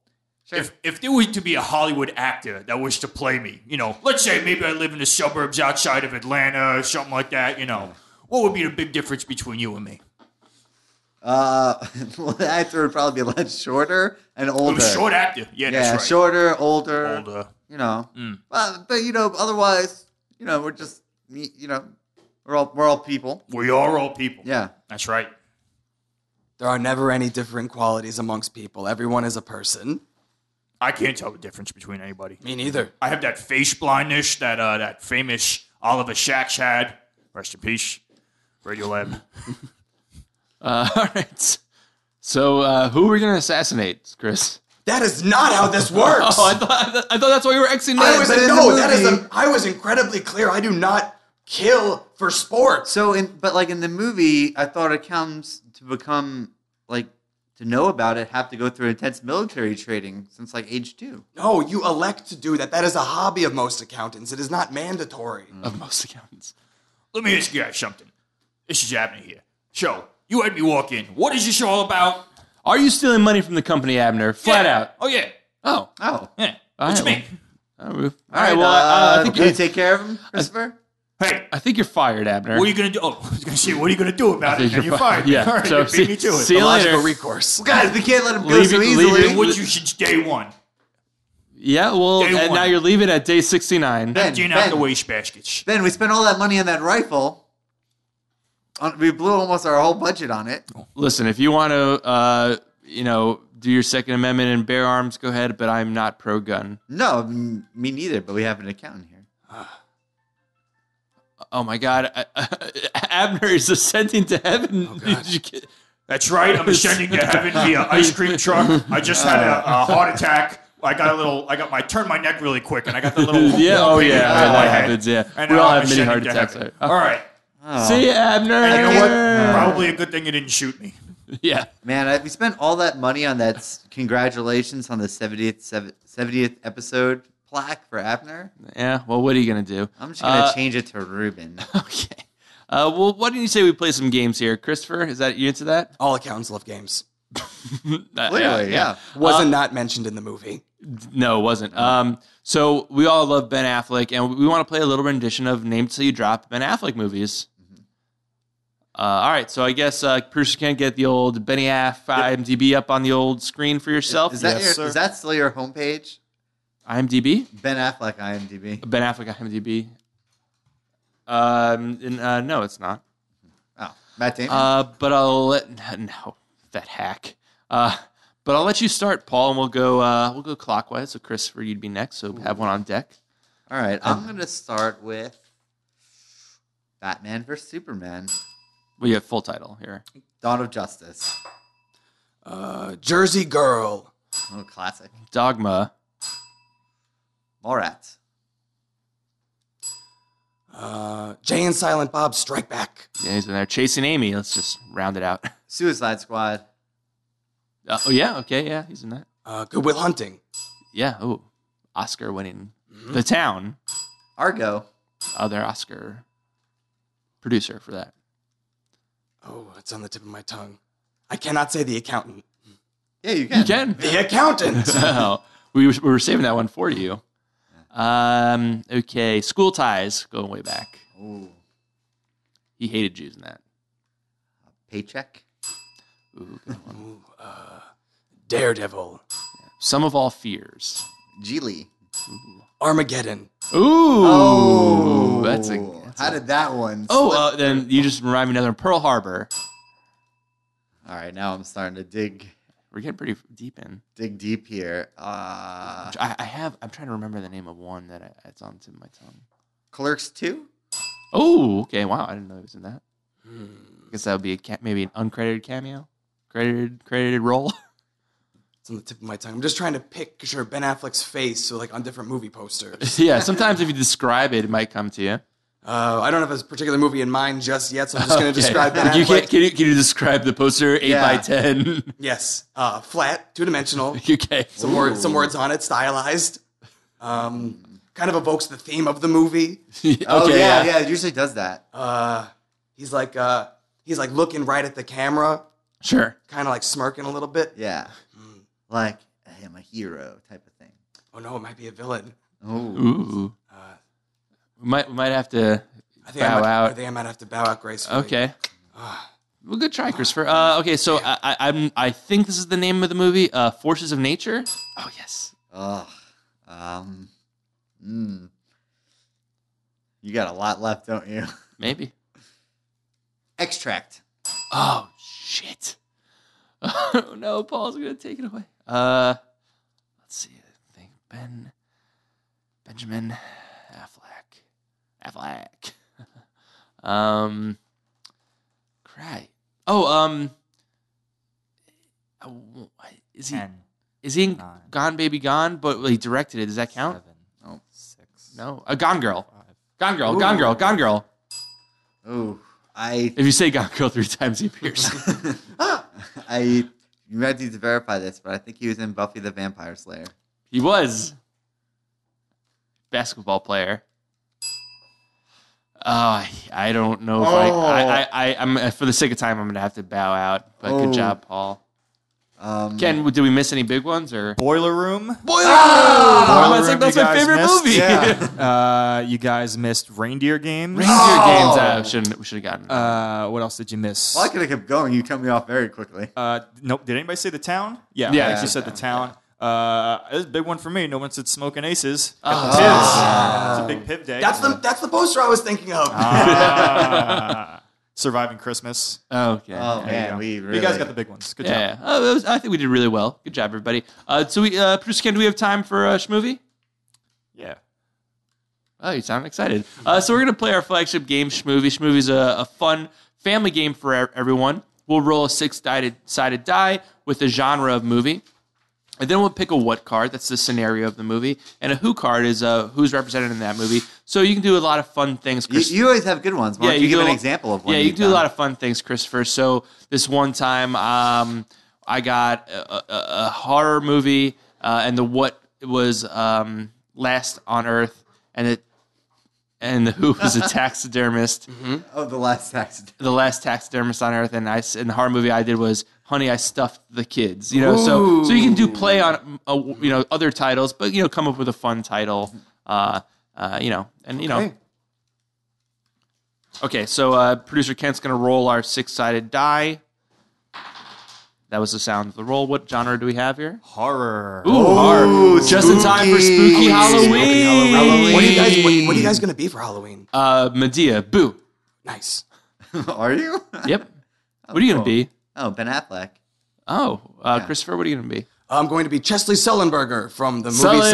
[SPEAKER 6] if if there was to be a Hollywood actor that was to play me, you know, let's say maybe I live in the suburbs outside of Atlanta or something like that, you know, what would be the big difference between you and me?
[SPEAKER 2] Uh, well, the actor would probably be a lot shorter and
[SPEAKER 6] I'm
[SPEAKER 2] older.
[SPEAKER 6] a short actor. Yeah,
[SPEAKER 2] yeah,
[SPEAKER 6] that's right. uh,
[SPEAKER 2] shorter, older,
[SPEAKER 6] Older.
[SPEAKER 2] You know, Well, but you know, otherwise, you know, we're just me- you know, we're all we're all people.
[SPEAKER 6] We are all people.
[SPEAKER 2] Yeah,
[SPEAKER 6] That's right.
[SPEAKER 7] There are never any different qualities amongst people. Everyone is a person.
[SPEAKER 6] I can't tell the difference between anybody.
[SPEAKER 7] Me neither.
[SPEAKER 6] I have that face blindness that uh, that famous Oliver Sacks had. Rest in peace. Radiolab.
[SPEAKER 1] Uh, all right. So, uh, who are we going to assassinate, Chris?
[SPEAKER 7] That is not how this works.
[SPEAKER 1] Oh, I thought, I thought that's why we were exiting.
[SPEAKER 7] I
[SPEAKER 1] out.
[SPEAKER 7] was
[SPEAKER 2] but in
[SPEAKER 7] no.
[SPEAKER 2] the
[SPEAKER 7] That is
[SPEAKER 2] movie-
[SPEAKER 7] a, I was incredibly clear. I do not kill for sports.
[SPEAKER 2] So, in but like in the movie, I thought it comes to become like to know about it, have to go through intense military training since like age two.
[SPEAKER 7] No, you elect to do that. That is a hobby of most accountants. It is not mandatory.
[SPEAKER 1] Of most accountants.
[SPEAKER 6] Let me ask you guys something. This is Abner here. So, you had me walk in. What is this all about?
[SPEAKER 1] Are you stealing money from the company, Abner? Flat
[SPEAKER 6] Yeah.
[SPEAKER 1] out.
[SPEAKER 6] Oh, yeah.
[SPEAKER 1] Oh,
[SPEAKER 2] Oh,
[SPEAKER 6] Yeah.
[SPEAKER 1] All
[SPEAKER 6] What
[SPEAKER 1] right,
[SPEAKER 6] you mean?
[SPEAKER 1] well- all right. Well, uh, I think
[SPEAKER 2] did you
[SPEAKER 1] you,
[SPEAKER 2] take care of him, Christopher.
[SPEAKER 6] Hey,
[SPEAKER 1] I think you're fired, Abner.
[SPEAKER 6] what are you gonna do? Oh, I was gonna say, what are you gonna do about
[SPEAKER 1] I
[SPEAKER 6] it?
[SPEAKER 1] think
[SPEAKER 6] And
[SPEAKER 1] you're
[SPEAKER 6] you're fired.
[SPEAKER 1] fired. Yeah.
[SPEAKER 6] All right,
[SPEAKER 1] So
[SPEAKER 6] you beat
[SPEAKER 1] see-
[SPEAKER 6] me to it.
[SPEAKER 1] see you
[SPEAKER 7] Logical
[SPEAKER 1] later.
[SPEAKER 7] recourse.
[SPEAKER 2] Guys, we can't let him go
[SPEAKER 1] Leave
[SPEAKER 2] so
[SPEAKER 1] it-
[SPEAKER 2] easily.
[SPEAKER 1] leave
[SPEAKER 6] Then what you should day one.
[SPEAKER 1] yeah, well,
[SPEAKER 6] Day
[SPEAKER 1] and
[SPEAKER 6] one.
[SPEAKER 1] now you're leaving at day 69.
[SPEAKER 2] Ben,
[SPEAKER 6] Emptying out
[SPEAKER 2] Ben.
[SPEAKER 6] the wastebaskets.
[SPEAKER 2] Ben, we spent all that money on that rifle. On- We blew almost our whole budget on it.
[SPEAKER 1] Listen, if you want to, uh, you know, do your Second Amendment and bear arms, go ahead, but I'm not pro gun.
[SPEAKER 2] No, m- me neither. But we have an accountant here.
[SPEAKER 1] Oh my God. Abner is ascending to heaven.
[SPEAKER 6] Oh,
[SPEAKER 1] Did you get-
[SPEAKER 6] That's right. I'm ascending to heaven via ice cream truck. I just had a,
[SPEAKER 1] Uh.
[SPEAKER 6] a heart attack. I got a little. I got my turned my neck really quick, and I got the little.
[SPEAKER 1] Yeah, oh
[SPEAKER 6] pain in
[SPEAKER 1] yeah,
[SPEAKER 6] the
[SPEAKER 1] yeah,
[SPEAKER 6] top of my
[SPEAKER 1] that
[SPEAKER 6] head.
[SPEAKER 1] happens, yeah.
[SPEAKER 6] And
[SPEAKER 1] We
[SPEAKER 6] now
[SPEAKER 1] all
[SPEAKER 6] I'm
[SPEAKER 1] have many heart
[SPEAKER 6] ascending to
[SPEAKER 1] attacks.
[SPEAKER 6] heaven.
[SPEAKER 1] Uh,
[SPEAKER 6] All right.
[SPEAKER 2] Oh,
[SPEAKER 1] See you, Abner.
[SPEAKER 6] And you know what? Probably a good thing you didn't shoot me.
[SPEAKER 1] Yeah.
[SPEAKER 2] man, I, we spent all that money on that. s- Congratulations on the 70th, sev- 70th episode plaque for Abner.
[SPEAKER 1] Yeah. Well, what are you going to do?
[SPEAKER 2] I'm just gonna
[SPEAKER 1] Uh,
[SPEAKER 2] change it to Ruben.
[SPEAKER 1] Okay. Uh, well, why didn't you say we play some games here, Christopher? Is that you into that?
[SPEAKER 7] All accounts love games.
[SPEAKER 1] Uh,
[SPEAKER 2] Clearly, yeah.
[SPEAKER 7] Wasn't not mentioned in the movie.
[SPEAKER 1] No, it wasn't. Um, so we all love Ben Affleck, and we want to play a little rendition of "Name It Till You Drop" Ben Affleck movies.
[SPEAKER 2] Mm-hmm.
[SPEAKER 1] Uh, all right, so I guess uh, Bruce can get the old Benny Aff IMDb up on the old screen for yourself.
[SPEAKER 2] Is that
[SPEAKER 7] Yes,
[SPEAKER 2] your,
[SPEAKER 7] sir.
[SPEAKER 2] is that still your homepage?
[SPEAKER 1] IMDb?
[SPEAKER 2] Ben Affleck IMDb.
[SPEAKER 1] Ben Affleck IMDb. Um, and, uh, no, it's not.
[SPEAKER 2] Oh, Matt Damon.
[SPEAKER 1] Uh, but I'll let no that hack. Uh, but I'll let you start, Paul, and we'll go. Uh, we'll go clockwise. So Christopher, you'd be next. So have one on deck.
[SPEAKER 2] All right, I'm gonna start with Batman versus Superman:
[SPEAKER 1] Well, you have full title here.
[SPEAKER 2] Dawn of Justice.
[SPEAKER 7] Uh, Jersey Girl.
[SPEAKER 2] Oh, classic.
[SPEAKER 1] Dogma.
[SPEAKER 2] Mallrats.
[SPEAKER 7] Uh, Jay and Silent Bob Strike Back.
[SPEAKER 1] Yeah, he's been there chasing Amy. Let's just round it out.
[SPEAKER 2] Suicide Squad.
[SPEAKER 1] Uh, oh yeah, okay, yeah, he's in that.
[SPEAKER 7] Uh, Goodwill Hunting.
[SPEAKER 1] Yeah. Oh, Oscar winning. The Town.
[SPEAKER 2] Argo.
[SPEAKER 1] Other Oscar producer for that.
[SPEAKER 7] Oh, it's on the tip of my tongue. I cannot say the accountant.
[SPEAKER 2] Yeah, you can.
[SPEAKER 1] You can.
[SPEAKER 7] The accountant.
[SPEAKER 1] so we, were- we were saving that one for you. Um, okay, school ties going way back.
[SPEAKER 2] Ooh.
[SPEAKER 1] He hated Jews in that.
[SPEAKER 2] Paycheck.
[SPEAKER 1] Ooh, good one.
[SPEAKER 7] Daredevil.
[SPEAKER 1] Some of all fears.
[SPEAKER 2] Geely.
[SPEAKER 7] Armageddon.
[SPEAKER 1] Ooh, Oh, that's a. that's
[SPEAKER 2] How
[SPEAKER 1] a-
[SPEAKER 2] did that one?
[SPEAKER 1] oh,
[SPEAKER 2] slip?
[SPEAKER 1] uh, then you just remind me another one. Pearl Harbor.
[SPEAKER 2] all right. Now I'm starting to dig
[SPEAKER 1] We're getting pretty deep in.
[SPEAKER 2] dig deep here. Uh,
[SPEAKER 1] Which I, I have. I'm trying to remember the name of one that I, it's on the tip of my tongue.
[SPEAKER 2] Clerks two.
[SPEAKER 1] Oh, okay. Wow, I didn't know he was in that. I guess that would be a ca- maybe an uncredited cameo, credited credited role.
[SPEAKER 7] It's on the tip of my tongue. I'm just trying to picture Ben Affleck's face, so like on different movie posters.
[SPEAKER 1] yeah. Sometimes if you describe it, it might come to you.
[SPEAKER 7] Uh, I don't have a particular movie in mind just yet, so I'm just going to
[SPEAKER 1] Okay.
[SPEAKER 7] describe Ben
[SPEAKER 1] you
[SPEAKER 7] Affleck.
[SPEAKER 1] can, can, you, can you describe the poster eight by
[SPEAKER 2] Yeah.
[SPEAKER 1] ten?
[SPEAKER 7] Yes, uh, flat, two dimensional.
[SPEAKER 1] okay.
[SPEAKER 7] Some words, some words on it, stylized. Um, kind of evokes the theme of the movie.
[SPEAKER 1] okay.
[SPEAKER 2] Oh yeah,
[SPEAKER 1] yeah.
[SPEAKER 2] yeah. It usually does that.
[SPEAKER 7] Uh, he's like uh, he's like looking right at the camera,
[SPEAKER 1] Sure.
[SPEAKER 7] kind of like smirking a little bit.
[SPEAKER 2] Yeah. Mm. Like I am a hero type of thing.
[SPEAKER 7] Oh no, it might be a villain.
[SPEAKER 2] Oh,
[SPEAKER 1] Ooh. we might we might have to.
[SPEAKER 7] I think
[SPEAKER 1] Bow
[SPEAKER 7] I might,
[SPEAKER 1] out.
[SPEAKER 7] I think I might have to bow out gracefully.
[SPEAKER 1] Okay. Well, good try, Christopher. Uh, okay, so I, I, I'm I think this is the name of the movie, uh, Forces of Nature. Oh yes.
[SPEAKER 2] Ugh. Um. Mm. You got a lot left, don't you?
[SPEAKER 1] Maybe.
[SPEAKER 2] Extract.
[SPEAKER 1] Oh shit. Oh no, Paul's gonna take it away. Uh let's see. I think Ben Benjamin Affleck. Affleck. um cry. Oh, um oh, is he
[SPEAKER 3] Ten,
[SPEAKER 1] is he in
[SPEAKER 3] nine,
[SPEAKER 1] Gone Baby Gone? But he directed it. Does that count?
[SPEAKER 3] seven,
[SPEAKER 2] Oh.
[SPEAKER 3] six,
[SPEAKER 1] No. A Gone Girl.
[SPEAKER 3] five.
[SPEAKER 1] Gone Girl. Gone Girl. Gone Girl.
[SPEAKER 2] Oh, I.
[SPEAKER 1] If you say Gone Girl three times, he appears.
[SPEAKER 2] I. You might need to verify this, but I think he was in Buffy the Vampire Slayer.
[SPEAKER 1] He was basketball player. Oh, I, I don't know
[SPEAKER 5] Oh.
[SPEAKER 1] uh, if I, I, I, I, I'm for the sake of time, I'm gonna have to bow out. But
[SPEAKER 2] Oh.
[SPEAKER 1] good job, Paul.
[SPEAKER 2] Um,
[SPEAKER 1] Ken, did we miss any big ones or?
[SPEAKER 5] Boiler Room.
[SPEAKER 1] Oh,
[SPEAKER 5] Boiler
[SPEAKER 1] that's,
[SPEAKER 5] Room,
[SPEAKER 1] that's
[SPEAKER 5] you
[SPEAKER 1] my
[SPEAKER 5] guys
[SPEAKER 1] favorite
[SPEAKER 5] missed.
[SPEAKER 1] movie.
[SPEAKER 5] Yeah. uh, you guys missed Reindeer Games.
[SPEAKER 1] Reindeer games. Uh, shouldn't we should have gotten?
[SPEAKER 5] Oh. Uh, what else did you miss?
[SPEAKER 2] well, I could have kept going. You cut me off very quickly.
[SPEAKER 1] Oh,
[SPEAKER 5] Uh, nope. Did anybody say the town? Yeah,
[SPEAKER 1] Yeah,
[SPEAKER 5] I actually
[SPEAKER 1] yeah.
[SPEAKER 5] said the town. Uh, it was a big one for me. No one said smoking aces. Got the Pivs. It's a big piv day.
[SPEAKER 7] That's the that's the poster I was thinking of.
[SPEAKER 5] Ah. surviving Christmas.
[SPEAKER 1] okay.
[SPEAKER 2] oh
[SPEAKER 5] There you
[SPEAKER 2] man,
[SPEAKER 5] go.
[SPEAKER 2] we
[SPEAKER 5] But
[SPEAKER 2] really
[SPEAKER 5] you guys got the big ones. Good
[SPEAKER 1] yeah.
[SPEAKER 5] job.
[SPEAKER 1] yeah. Oh, that was, I think we did really well. Good job, everybody. Uh, so we, uh, producer Ken, do we have time for a schmovie?
[SPEAKER 5] Yeah.
[SPEAKER 1] Oh, you sound excited. Uh, so we're gonna play our flagship game, Schmovie. Schmovie's a, a fun family game for e- everyone. We'll roll a six-sided sided die with the genre of movie, and then we'll pick a what card. That's the scenario of the movie, and a who card is uh, who's represented in that movie. So you can do a lot of fun things.
[SPEAKER 2] You,
[SPEAKER 1] Chris-
[SPEAKER 2] you always have good ones. Why don't you,
[SPEAKER 1] do
[SPEAKER 2] give
[SPEAKER 1] a
[SPEAKER 2] an
[SPEAKER 1] lo-
[SPEAKER 2] example of one?
[SPEAKER 1] Yeah, you
[SPEAKER 2] you've
[SPEAKER 1] do
[SPEAKER 2] done?
[SPEAKER 1] a lot of fun things, Christopher. So this one time, um, I got a, a, a horror movie, uh, and the what was um, last on Earth, and it and the who was a taxidermist,
[SPEAKER 2] Oh, the last accident.
[SPEAKER 1] the last taxidermist on Earth, and I s- and the horror movie I did was. Honey, I stuffed the kids. You know, so so you can do play on uh, you know other titles, but you know come up with a fun title. Uh, uh, you know, and you know Okay, so uh, producer Kent's gonna roll our six-sided die. That was the sound of the roll. What genre do we have here?
[SPEAKER 5] Horror.
[SPEAKER 1] Ooh, horror. just in time for spooky Halloween.
[SPEAKER 7] What are you guys what, what are you guys gonna be for Halloween?
[SPEAKER 1] Uh, Medea, boo.
[SPEAKER 7] Nice.
[SPEAKER 2] Are you?
[SPEAKER 1] Yep. what are you gonna be?
[SPEAKER 2] Oh, Ben Affleck.
[SPEAKER 1] Oh, uh, Christopher, what are you gonna be?
[SPEAKER 7] I'm going to be Chesley Sullenberger from the movie Sully.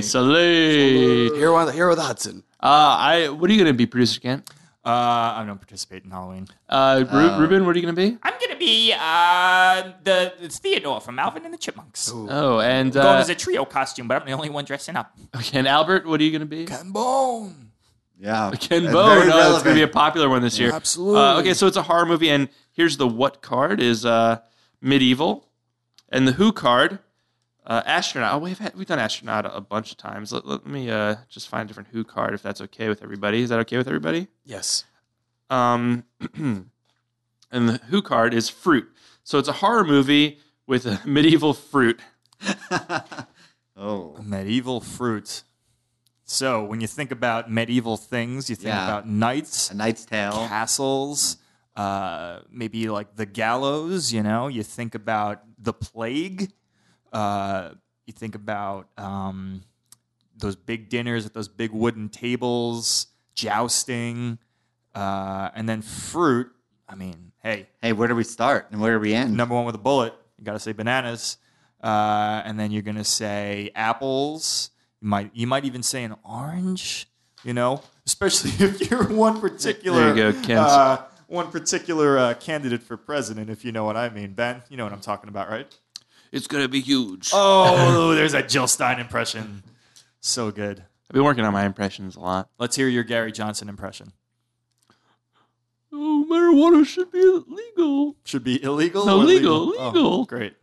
[SPEAKER 1] Sully. Sully. Uh,
[SPEAKER 7] Hero, of the- Hero of the Hudson.
[SPEAKER 1] I. What are you gonna be, producer Kent?
[SPEAKER 5] Uh, I don't participate in Halloween.
[SPEAKER 1] Uh, Ru- Ruben, what are you gonna be?
[SPEAKER 4] I'm gonna be uh, the it's Theodore from Alvin and the Chipmunks.
[SPEAKER 1] Oh, and
[SPEAKER 4] Going
[SPEAKER 1] uh,
[SPEAKER 4] as a trio costume, but I'm the only one dressing up.
[SPEAKER 1] and Albert, what are you gonna be?
[SPEAKER 8] Ken Bone.
[SPEAKER 2] Yeah.
[SPEAKER 1] Ken
[SPEAKER 2] That's
[SPEAKER 1] Bo.
[SPEAKER 2] very
[SPEAKER 1] No, that's
[SPEAKER 2] relevant.
[SPEAKER 1] going to be a popular one this year.
[SPEAKER 8] Absolutely.
[SPEAKER 1] Uh, okay, so it's a horror movie, and here's the what card is uh, medieval, and the who card, uh, astronaut. Oh, we've had, we've done astronaut a, a bunch of times. Let, let me uh, just find a different who card if that's okay with everybody. Is that okay with everybody?
[SPEAKER 7] Yes.
[SPEAKER 1] Um, and the who card is fruit. So it's a horror movie with a medieval fruit.
[SPEAKER 2] oh.
[SPEAKER 5] Medieval fruit. So when you think about medieval things, you think
[SPEAKER 2] Yeah.
[SPEAKER 5] about knights,
[SPEAKER 2] A Knight's Tale.
[SPEAKER 5] castles, uh, maybe like the gallows. You know, you think about the plague. Uh, you think about um, those big dinners at those big wooden tables, jousting, uh, and then fruit. I mean, hey,
[SPEAKER 2] Hey, where do we start and where do we end?
[SPEAKER 5] number one with a bullet. You gotta say bananas, uh, and then you're gonna say apples. You might you might even say an orange. You know, especially if you're one particular
[SPEAKER 1] There you go, Ken.
[SPEAKER 5] uh, one particular uh, candidate for president. If you know what I mean, Ben. You know what I'm talking about, right?
[SPEAKER 1] It's going to be huge.
[SPEAKER 5] Oh, there's that Jill Stein impression. So good.
[SPEAKER 1] I've been working on my impressions a lot.
[SPEAKER 5] Let's hear your Gary Johnson impression.
[SPEAKER 1] Oh, marijuana should be legal.
[SPEAKER 5] Should be illegal.
[SPEAKER 1] No,
[SPEAKER 5] or
[SPEAKER 1] legal,
[SPEAKER 5] Oh,
[SPEAKER 1] legal.
[SPEAKER 5] great.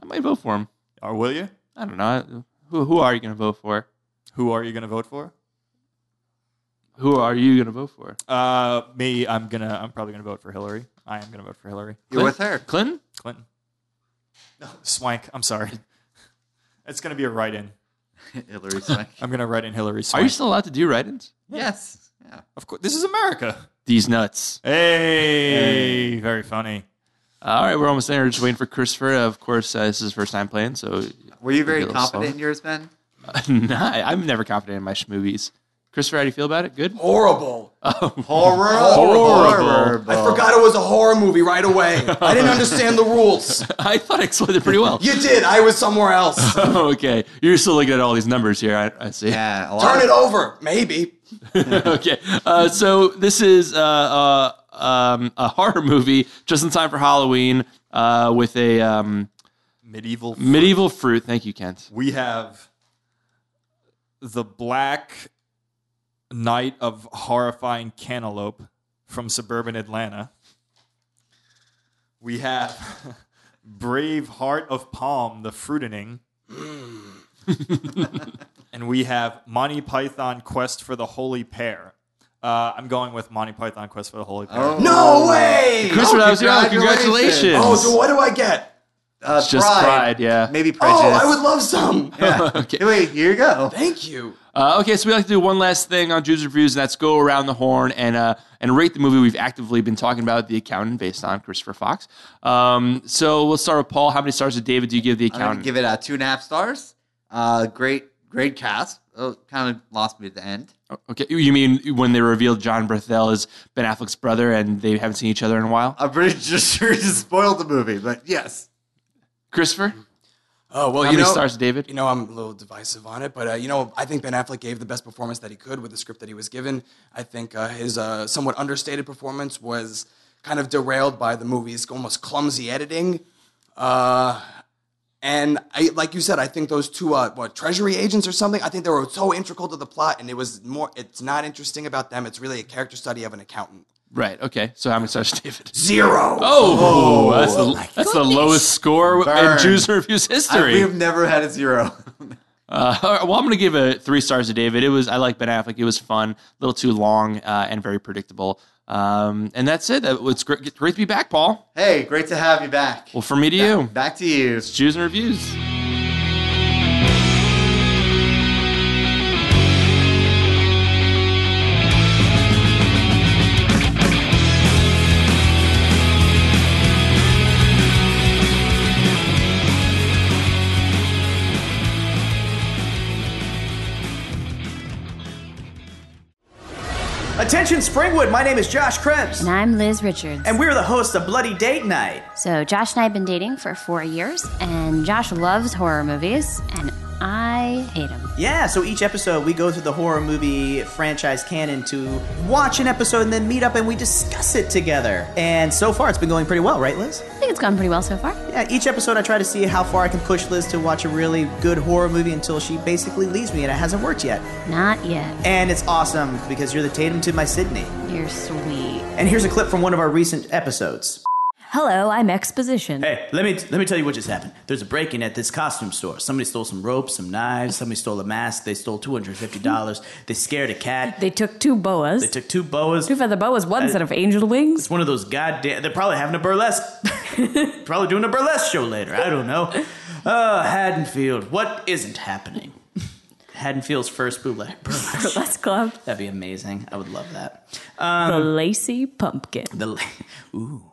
[SPEAKER 1] I might vote for him.
[SPEAKER 5] Or will you?
[SPEAKER 1] I don't know. Who, who are you going to vote for?
[SPEAKER 5] Who are you gonna vote for?
[SPEAKER 1] Who are you going to vote for?
[SPEAKER 5] Uh, me. I'm gonna. I'm probably gonna vote for Hillary. I am gonna vote for Hillary
[SPEAKER 2] You're with her.
[SPEAKER 1] Clinton?
[SPEAKER 5] Clinton. No, Swank. I'm sorry. It's gonna be a write-in.
[SPEAKER 2] Hillary Swank.
[SPEAKER 5] I'm gonna write in Hillary
[SPEAKER 1] Are
[SPEAKER 5] Swank.
[SPEAKER 1] you still allowed to do write ins?
[SPEAKER 2] yes. Yeah.
[SPEAKER 5] of course, this is America.
[SPEAKER 1] These nuts.
[SPEAKER 5] Hey, very funny.
[SPEAKER 1] All right, we're almost there. We're just waiting for Christopher. Of course, uh, this is his first time playing, so
[SPEAKER 2] Were you very
[SPEAKER 1] Good little
[SPEAKER 2] confident
[SPEAKER 1] song.
[SPEAKER 2] in yours, Ben?
[SPEAKER 1] nah, I'm never confident in my schmovies. Christopher, how do you feel about it?
[SPEAKER 5] Oh.
[SPEAKER 1] Good?
[SPEAKER 7] Horrible.
[SPEAKER 2] Horror.
[SPEAKER 1] Horrible.
[SPEAKER 2] Horrible.
[SPEAKER 7] I forgot it was a horror movie right away. I didn't understand the rules.
[SPEAKER 1] I thought I explained it pretty well.
[SPEAKER 7] You did. I was somewhere else. Turn
[SPEAKER 1] okay, you're still looking at all these numbers here. I, I see.
[SPEAKER 2] Yeah. a lot of-
[SPEAKER 7] it over. Maybe.
[SPEAKER 1] okay. Uh, so this is uh, uh, um, a horror movie just in time for Halloween uh, with a um,
[SPEAKER 5] Medieval.
[SPEAKER 1] medieval fruit. Thank you, Kent.
[SPEAKER 5] we have the Black Knight of Horrifying Cantaloupe from suburban Atlanta. We have Brave Heart of Palm, the Fruitening. and we have Monty Python Quest for the Holy Pair.
[SPEAKER 3] Uh, I'm going with Monty Python Quest for the Holy Grail.
[SPEAKER 2] Oh.
[SPEAKER 7] No way!
[SPEAKER 1] Chris, when I was young, congratulations.
[SPEAKER 7] Oh, so what do I get?
[SPEAKER 2] Uh,
[SPEAKER 1] It's just pride, yeah.
[SPEAKER 2] Maybe prejudice.
[SPEAKER 7] Oh, I would love some.
[SPEAKER 1] okay.
[SPEAKER 2] Wait, here you go.
[SPEAKER 7] Thank you.
[SPEAKER 1] Uh, okay, so we like to do one last thing on Jude's reviews, and that's go around the horn and uh, and rate the movie we've actively been talking about, The Accountant, based on Christopher Fox. Um, so we'll start with Paul. How many stars did David do you give The
[SPEAKER 2] I'm gonna
[SPEAKER 1] Accountant?
[SPEAKER 2] give it uh, two and a half stars. Uh, great, great cast. Oh, kind of lost me at the end.
[SPEAKER 1] okay, you mean when they revealed John Berthel is Ben Affleck's brother, and they haven't seen each other in a while?
[SPEAKER 2] I'm pretty sure it just spoiled the movie, but yes.
[SPEAKER 1] Christopher,
[SPEAKER 7] Oh well,
[SPEAKER 1] how
[SPEAKER 7] you
[SPEAKER 1] many
[SPEAKER 7] know,
[SPEAKER 1] stars did David?
[SPEAKER 7] you know, I'm a little divisive on it, but uh, you know, I think Ben Affleck gave the best performance that he could with the script that he was given. I think uh, his uh, somewhat understated performance was kind of derailed by the movie's almost clumsy editing. Uh, and I, like you said, I think those two, uh, what Treasury agents or something, I think they were so integral to the plot, and it was more. It's not interesting about them. It's really a character study of an accountant.
[SPEAKER 1] Right. Okay. So how many stars did David?
[SPEAKER 7] Zero.
[SPEAKER 1] Oh, that's the that's the lowest score
[SPEAKER 2] Burn.
[SPEAKER 1] in Jude's reviews
[SPEAKER 2] I, we
[SPEAKER 1] history.
[SPEAKER 2] have never had a zero.
[SPEAKER 1] Uh, all right, well, I'm going to give it three stars to David. It was I like Ben Affleck. It was fun, a little too long, uh, and very predictable. Um, and that's it. That was great, great to be back, Paul.
[SPEAKER 2] hey, great to have you back.
[SPEAKER 1] Well, from me to you,
[SPEAKER 2] Back to you.
[SPEAKER 1] Jews and reviews.
[SPEAKER 9] Attention Springwood, my name is Josh Krebs.
[SPEAKER 10] And I'm Liz Richards.
[SPEAKER 9] And we're the hosts of Bloody Date Night.
[SPEAKER 10] so Josh and I have been dating for four years, and Josh loves horror movies, and I hate them.
[SPEAKER 9] Yeah, so each episode we go through the horror movie franchise canon to watch an episode and then meet up and we discuss it together. And so far it's been going pretty well, right, Liz?
[SPEAKER 10] I think it's gone pretty well so far.
[SPEAKER 9] Yeah, each episode I try to see how far I can push Liz to watch a really good horror movie until she basically leaves me and it hasn't worked yet.
[SPEAKER 10] Not yet.
[SPEAKER 9] And it's awesome because you're the Tatum to my Sydney.
[SPEAKER 10] You're sweet.
[SPEAKER 9] And here's a clip from one of our recent episodes.
[SPEAKER 11] Hello, I'm Exposition.
[SPEAKER 9] Hey, let me let me tell you what just happened. There's a break-in at this costume store. Somebody stole some ropes, some knives. Somebody stole a mask. They stole two hundred fifty dollars. They scared a cat.
[SPEAKER 11] They took two boas.
[SPEAKER 9] They took two boas.
[SPEAKER 11] two feather boas, one set of angel wings.
[SPEAKER 9] It's one of those goddamn. They're probably having a burlesque. probably doing a burlesque show later. I don't know. Uh, Haddonfield. What isn't happening? Haddonfield's first bootleg burlesque.
[SPEAKER 11] Burlesque Club.
[SPEAKER 9] That'd be amazing. I would love that. Um,
[SPEAKER 11] the Lacey Pumpkin.
[SPEAKER 9] The la- ooh.